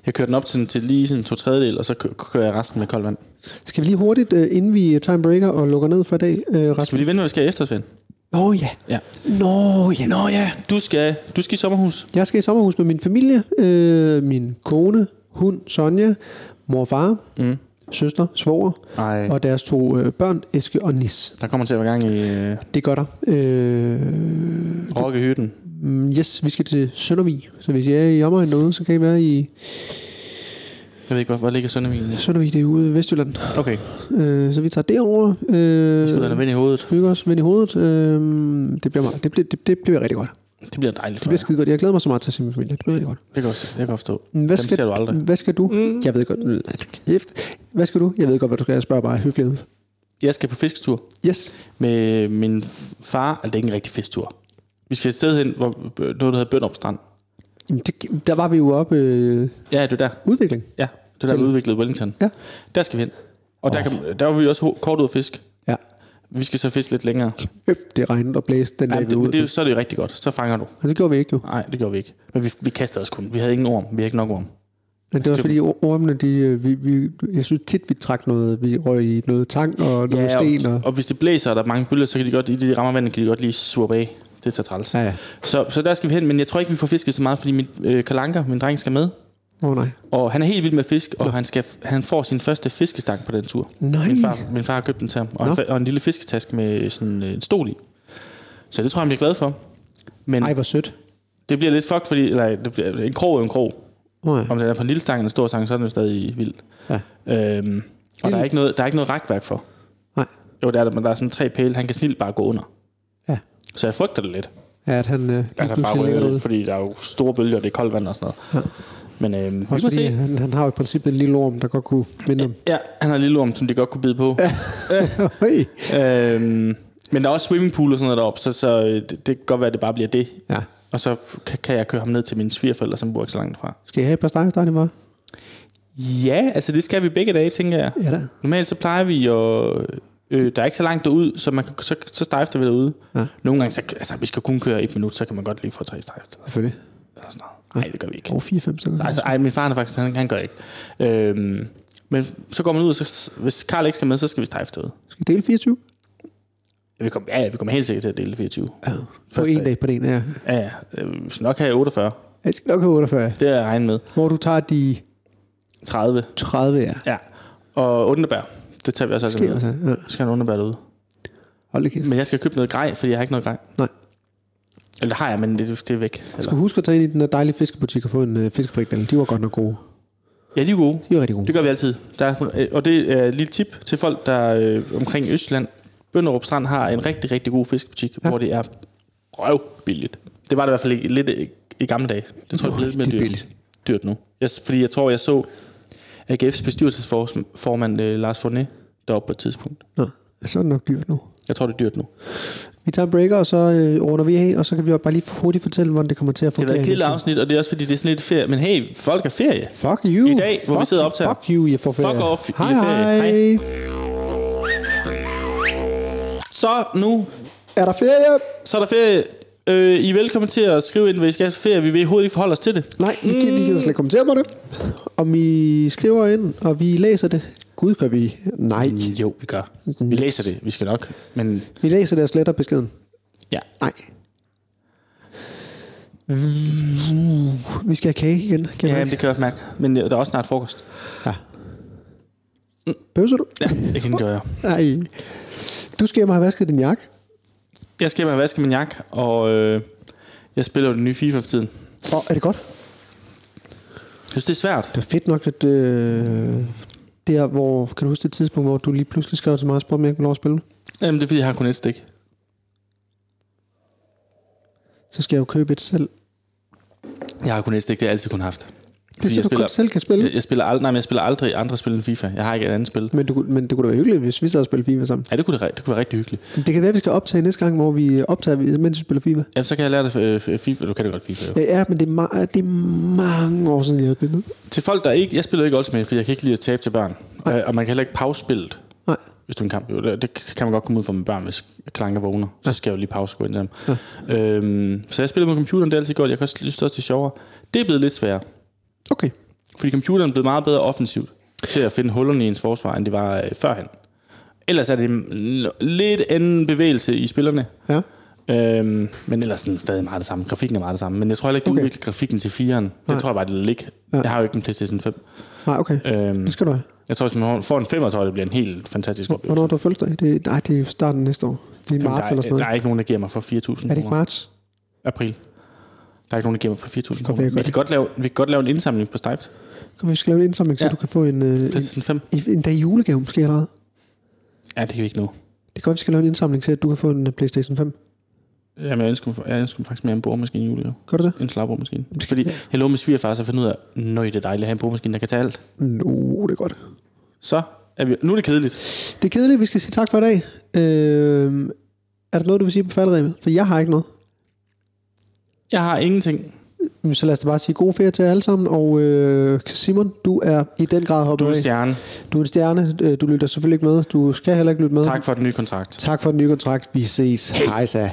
[SPEAKER 2] Jeg kører den op til, til lige sådan to tredjedel, og så kø- kører jeg resten med koldt vand.
[SPEAKER 1] Skal vi lige hurtigt, øh, inden vi time breaker og lukker ned for i dag, øh,
[SPEAKER 2] Skal vi
[SPEAKER 1] Rasmus?
[SPEAKER 2] lige vente, når vi skal efter, Svend?
[SPEAKER 1] Nå ja.
[SPEAKER 2] Ja.
[SPEAKER 1] Nå ja.
[SPEAKER 2] Nå ja, du skal, du skal i sommerhus.
[SPEAKER 1] Jeg skal i sommerhus med min familie, øh, min kone, hund, Sonja, mor og far, mm. søster, svoger,
[SPEAKER 2] Ej.
[SPEAKER 1] og deres to øh, børn, Eske og Nis.
[SPEAKER 2] Der kommer til at være gang i øh,
[SPEAKER 1] Det gør der. Øh,
[SPEAKER 2] Rokkehytten.
[SPEAKER 1] mm, yes, vi skal til Søndervig, så hvis I er i omegnen noget, så kan I være i
[SPEAKER 2] Jeg ved ikke, hvor, hvor ligger Søndervig egentlig?
[SPEAKER 1] Søndervig, det er ude i Vestjylland.
[SPEAKER 2] Okay,
[SPEAKER 1] Øh, så vi tager derover. Øh,
[SPEAKER 2] så der vind i hovedet.
[SPEAKER 1] hygger os, vind i hovedet. Øh, det, bliver meget, det, bliver, det, det, det bliver rigtig godt. Det
[SPEAKER 2] Det bliver dejligt for
[SPEAKER 1] bliver
[SPEAKER 2] dig.
[SPEAKER 1] skide godt. Jeg glæder mig så meget til at se min familie. Det bliver rigtig godt.
[SPEAKER 2] Det kan også, jeg kan forstå.
[SPEAKER 1] Hvad
[SPEAKER 2] Dem
[SPEAKER 1] skal,
[SPEAKER 2] ser du aldrig.
[SPEAKER 1] Hvad skal du? Mm. Jeg ved godt. Kæft. Hvad skal du? Jeg ved godt, hvad du skal. Jeg spørger bare af høflighed.
[SPEAKER 2] Jeg skal på fisketur
[SPEAKER 1] Yes.
[SPEAKER 2] med min f- far. Altså, det er ikke en rigtig fisketur. Vi skal et sted hen, hvor øh, noget, der hedder Bøndrup Strand.
[SPEAKER 1] Jamen, det, der var vi jo oppe øh,
[SPEAKER 2] Ja, det er der.
[SPEAKER 1] udvikling.
[SPEAKER 2] Ja, det er der, vi udviklede Wellington.
[SPEAKER 1] Ja.
[SPEAKER 2] Der skal vi hen. Og der, kan, der var vi også ho- kort ud at fiske.
[SPEAKER 1] Ja.
[SPEAKER 2] Vi skal så fiske lidt længere.
[SPEAKER 1] Øf, det regnede og blæste den dag,
[SPEAKER 2] Jamen,
[SPEAKER 1] vi
[SPEAKER 2] det,
[SPEAKER 1] var
[SPEAKER 2] men det, er
[SPEAKER 1] ude.
[SPEAKER 2] jo- så er det jo rigtig godt. Så fanger du.
[SPEAKER 1] Men det gjorde vi ikke jo.
[SPEAKER 2] Nej, det gjorde vi ikke. Men vi, vi kastede os kun. Vi havde ingen orm. Vi havde ikke nok orm.
[SPEAKER 1] Men det var fordi or- ormene, de, øh, vi, vi, jeg synes tit, vi trak noget, vi røg i noget tang og noget ja, sten.
[SPEAKER 2] og,
[SPEAKER 1] Og,
[SPEAKER 2] og hvis det blæser, og der er mange bølger, så kan de godt, i det, de rammer vandet, kan de godt lige swappe af. Det er så træls.
[SPEAKER 1] Ja, ja.
[SPEAKER 2] Så, så der skal vi hen, men jeg tror ikke, vi får fisket så meget, fordi min øh, kalanker, min dreng, skal med.
[SPEAKER 1] Åh oh, nej.
[SPEAKER 2] Og han er helt vild med fisk, og han, skal, han får sin første fiskestang på den tur.
[SPEAKER 1] Nej.
[SPEAKER 2] Min far, min far har købt den til ham, og,
[SPEAKER 1] Nå.
[SPEAKER 2] han, fa- og en lille fisketaske med sådan øh, en stol i. Så det tror jeg, han bliver glad for. Men
[SPEAKER 1] Ej,
[SPEAKER 2] Ej.
[SPEAKER 1] hvor sødt.
[SPEAKER 2] det bliver lidt fucked, fordi eller, det bliver, en krog er en krog.
[SPEAKER 1] Oh, ja.
[SPEAKER 2] Om den er på en lille stang eller en stor stang, så er den jo stadig vild.
[SPEAKER 1] Ja.
[SPEAKER 2] Øhm, og der er, ikke noget, der er ikke noget rækværk for.
[SPEAKER 1] Nej.
[SPEAKER 2] Jo, der er, der, men der er sådan tre pæle, han kan snilt bare gå under.
[SPEAKER 1] Ja.
[SPEAKER 2] Så jeg frygter det lidt.
[SPEAKER 1] Ja, at han øh, lige
[SPEAKER 2] At han
[SPEAKER 1] pludselig
[SPEAKER 2] bare
[SPEAKER 1] ligger
[SPEAKER 2] ryger ud,
[SPEAKER 1] derude.
[SPEAKER 2] fordi der er jo store bølger, og det er koldt vand og sådan noget. Ja. Men øhm, vi må
[SPEAKER 1] Også fordi øh,
[SPEAKER 2] se.
[SPEAKER 1] han, han har jo i princippet en lille orm, der godt kunne vinde ham.
[SPEAKER 2] Ja, han har en lille orm, som de godt kunne bide på.
[SPEAKER 1] hey.
[SPEAKER 2] øhm, men der er også swimmingpool og sådan noget deroppe, så, så øh, det, det kan godt være, at det bare bliver det.
[SPEAKER 1] Ja.
[SPEAKER 2] Og så f- kan, kan jeg køre ham ned til mine svigerforældre, som bor ikke så langt fra.
[SPEAKER 1] Skal I have et par stakkes, der var?
[SPEAKER 2] Ja, altså det skal vi begge dage, tænker jeg.
[SPEAKER 1] Ja da.
[SPEAKER 2] Normalt så plejer vi jo... Øh, der er ikke så langt derud, så, man kan, så, så stejfter vi derude.
[SPEAKER 1] Ja.
[SPEAKER 2] Nogle gange, så, altså vi skal kun køre et minut, så kan man godt lige få tre stejfter.
[SPEAKER 1] Selvfølgelig.
[SPEAKER 2] Nej, det gør vi ikke.
[SPEAKER 1] Over 4-5 stykker.
[SPEAKER 2] Nej, altså, ej, min far han er faktisk, han, han gør ikke. Øhm, men så går man ud, og så, hvis Karl ikke skal med, så skal vi stejfe derude.
[SPEAKER 1] Skal I dele 24?
[SPEAKER 2] Ja, vi kommer, ja, ja, vi kommer helt sikkert til at dele 24.
[SPEAKER 1] Ja. På
[SPEAKER 2] Første
[SPEAKER 1] en
[SPEAKER 2] dag.
[SPEAKER 1] dag på den, ja.
[SPEAKER 2] Ja, ja. Øh, vi skal nok have 48.
[SPEAKER 1] Jeg skal nok have 48.
[SPEAKER 2] Det er jeg regnet med.
[SPEAKER 1] Hvor du tager de
[SPEAKER 2] 30.
[SPEAKER 1] 30 ja.
[SPEAKER 2] Ja. Og underbær. Det tager vi også altså
[SPEAKER 1] Skal
[SPEAKER 2] med.
[SPEAKER 1] jeg også have? Ja.
[SPEAKER 2] Så skal han underbær derude.
[SPEAKER 1] Hold da kæft.
[SPEAKER 2] Men jeg skal købe noget grej, fordi jeg har ikke noget grej.
[SPEAKER 1] Nej.
[SPEAKER 2] Eller det har jeg, men det, det er væk.
[SPEAKER 1] Skal
[SPEAKER 2] Eller.
[SPEAKER 1] huske at tage ind i den der dejlige fiskebutik og få en øh, fiskefrikdel. De var godt nok gode.
[SPEAKER 2] Ja, de er gode.
[SPEAKER 1] De var rigtig gode.
[SPEAKER 2] Det gør vi altid. Der er sådan, øh, og det er et lille tip til folk, der øh, omkring Østland. Bønderup Strand har en rigtig, rigtig god fiskebutik, ja. hvor det er røvbilligt. Det var det i hvert fald ikke, lidt i, i gamle dage. Det tror jeg det er lidt mere
[SPEAKER 1] det er
[SPEAKER 2] dyrt,
[SPEAKER 1] billigt.
[SPEAKER 2] dyrt nu. Jeg, fordi jeg tror, jeg så AGF's bestyrelsesformand øh, Lars Forné deroppe på et tidspunkt.
[SPEAKER 1] Nå, så er det nok dyrt nu.
[SPEAKER 2] Jeg tror, det er dyrt nu.
[SPEAKER 1] Vi tager en breaker, og så øh, runder vi af, og så kan vi jo bare lige hurtigt fortælle, hvordan det kommer til at
[SPEAKER 2] Det har
[SPEAKER 1] fungere.
[SPEAKER 2] været et
[SPEAKER 1] i
[SPEAKER 2] kedeligt
[SPEAKER 1] næste uge.
[SPEAKER 2] afsnit, og det er også fordi, det er sådan lidt ferie. Men hey, folk er ferie.
[SPEAKER 1] Fuck you.
[SPEAKER 2] I dag, hvor vi
[SPEAKER 1] fuck,
[SPEAKER 2] sidder og optager.
[SPEAKER 1] Fuck you, jeg får ferie.
[SPEAKER 2] Fuck off, I er
[SPEAKER 1] hej,
[SPEAKER 2] ferie.
[SPEAKER 1] hej.
[SPEAKER 2] Hej. Så nu
[SPEAKER 1] Er der ferie?
[SPEAKER 2] Så er der ferie. Øh, I er velkommen til at skrive ind, hvis I skal have ferie. Vi vil overhovedet ikke forholde os til det.
[SPEAKER 1] Nej, vi gider, vi gider slet ikke kommentere på det. Om I skriver ind, og vi læser det. Gud, gør vi. Nej.
[SPEAKER 2] Jo, vi gør. Vi læser det. Vi skal nok. Men
[SPEAKER 1] Vi læser det og sletter beskeden.
[SPEAKER 2] ja,
[SPEAKER 1] Nej. Uh, vi skal have kage igen. Kan
[SPEAKER 2] ja
[SPEAKER 1] ja,
[SPEAKER 2] jamen, det kan jeg også mærke. Men øh, der er også snart frokost.
[SPEAKER 1] Bøvser du?
[SPEAKER 2] Ja, det kan det gøre.
[SPEAKER 1] Nej. Du skal hjem og have vasket din jakke.
[SPEAKER 2] Jeg skal hjem og vaske min jakke, og øh, jeg spiller jo den nye FIFA for tiden.
[SPEAKER 1] Og er det godt?
[SPEAKER 2] Jeg synes, det er svært.
[SPEAKER 1] Det var fedt nok, at øh, der, hvor, kan du huske det tidspunkt, hvor du lige pludselig skrev til mig og spurgte, om jeg ikke ville lov at spille?
[SPEAKER 2] Jamen, det er fordi, jeg har kun et stik.
[SPEAKER 1] Så skal jeg jo købe et selv.
[SPEAKER 2] Jeg har kun et stik, det har jeg altid kun haft.
[SPEAKER 1] Det er så, du kun selv kan spille.
[SPEAKER 2] Jeg, jeg, spiller ald- nej, men jeg spiller aldrig andre spil end FIFA. Jeg har ikke et andet spil.
[SPEAKER 1] Men, du, kunne- men det kunne da være hyggeligt, hvis vi sad og spillede FIFA sammen.
[SPEAKER 2] Ja, det kunne, det, re- det kunne være rigtig hyggeligt.
[SPEAKER 1] Det kan være, at vi skal optage næste gang, hvor vi øh, optager, mens vi spiller FIFA.
[SPEAKER 2] Jamen, så kan jeg lære dig øh, FIFA. Du kan det godt FIFA, jo.
[SPEAKER 1] Ja, ja men det er, ma- det er mange år siden, jeg har spillet.
[SPEAKER 2] Til folk, der ikke... Jeg spiller ikke Ultimate, fordi jeg kan ikke lide at tabe til børn. Øh, og man kan heller ikke pause spillet,
[SPEAKER 1] Nej.
[SPEAKER 2] hvis du er en kamp. Jo, Det det kan man godt komme ud for med børn, hvis klanker vågner. Så skal jeg jo lige pause og gå ind til ham. Øhm, så jeg spiller med computeren, det er altid godt. Jeg kan også lyst også til sjovere. Det er blevet lidt sværere.
[SPEAKER 1] Okay.
[SPEAKER 2] Fordi computeren er blevet meget bedre offensivt til at finde hullerne i ens forsvar, end det var øh, førhen. Ellers er det en l- lidt anden bevægelse i spillerne.
[SPEAKER 1] Ja.
[SPEAKER 2] Øhm, men ellers sådan stadig meget det samme. Grafikken er meget det samme. Men jeg tror heller ikke, det okay. udvikler grafikken til 4'eren. Det tror jeg bare, det ligger. Ja. Jeg har jo ikke en PlayStation 5.
[SPEAKER 1] Nej, okay.
[SPEAKER 2] Øhm,
[SPEAKER 1] Det skal du have.
[SPEAKER 2] jeg tror, hvis man får en 5'er, tror jeg, det bliver en helt fantastisk
[SPEAKER 1] Hvornår
[SPEAKER 2] oplevelse.
[SPEAKER 1] har du følt dig? Det, nej, det er starten af næste år. Det er i
[SPEAKER 2] Jamen,
[SPEAKER 1] marts
[SPEAKER 2] der,
[SPEAKER 1] eller
[SPEAKER 2] er,
[SPEAKER 1] sådan
[SPEAKER 2] der
[SPEAKER 1] noget.
[SPEAKER 2] er ikke nogen, der giver mig for 4.000
[SPEAKER 1] Er det ikke
[SPEAKER 2] kroner.
[SPEAKER 1] marts?
[SPEAKER 2] April. Der er ikke nogen, der giver mig for 4.000
[SPEAKER 1] godt
[SPEAKER 2] kroner.
[SPEAKER 1] være,
[SPEAKER 2] Vi
[SPEAKER 1] jeg
[SPEAKER 2] kan, godt lave, vi kan godt lave en indsamling på Stipe.
[SPEAKER 1] Kan vi skal lave en indsamling, så
[SPEAKER 2] Ja.
[SPEAKER 1] du kan få en, øh, en,
[SPEAKER 2] PlayStation 5.
[SPEAKER 1] en, en dag julegave måske allerede?
[SPEAKER 2] Ja, det kan vi ikke nå.
[SPEAKER 1] Det kan godt, vi skal lave en indsamling til, at du kan få en øh, PlayStation 5.
[SPEAKER 2] Jamen, jeg ønsker, mig- jeg ønsker mig faktisk mere en boremaskine i julegave.
[SPEAKER 1] Gør du det?
[SPEAKER 2] En slagbordmaskine. Fordi jeg lovede min svigerfar, så fandt ud af, nøj, det er dejligt at have en boremaskine, der kan tage alt.
[SPEAKER 1] Nå, det er godt.
[SPEAKER 2] Så er vi... Nu er det kedeligt.
[SPEAKER 1] Det er kedeligt, vi skal sige tak for i dag. Øh, er der noget, du vil sige på faldrevet? For jeg har ikke noget.
[SPEAKER 2] Jeg har ingenting.
[SPEAKER 1] Jamen, Så lad os da bare sige god ferie til jer alle sammen, og øh, Simon, du er i den grad hoppet
[SPEAKER 2] Du er
[SPEAKER 1] af.
[SPEAKER 2] stjerne.
[SPEAKER 1] Du er en stjerne, Øh, du lytter selvfølgelig ikke med, du skal heller ikke lytte med.
[SPEAKER 2] Tak for den nye kontrakt.
[SPEAKER 1] tak for den nye kontrakt, vi ses. Hej. Hejsa.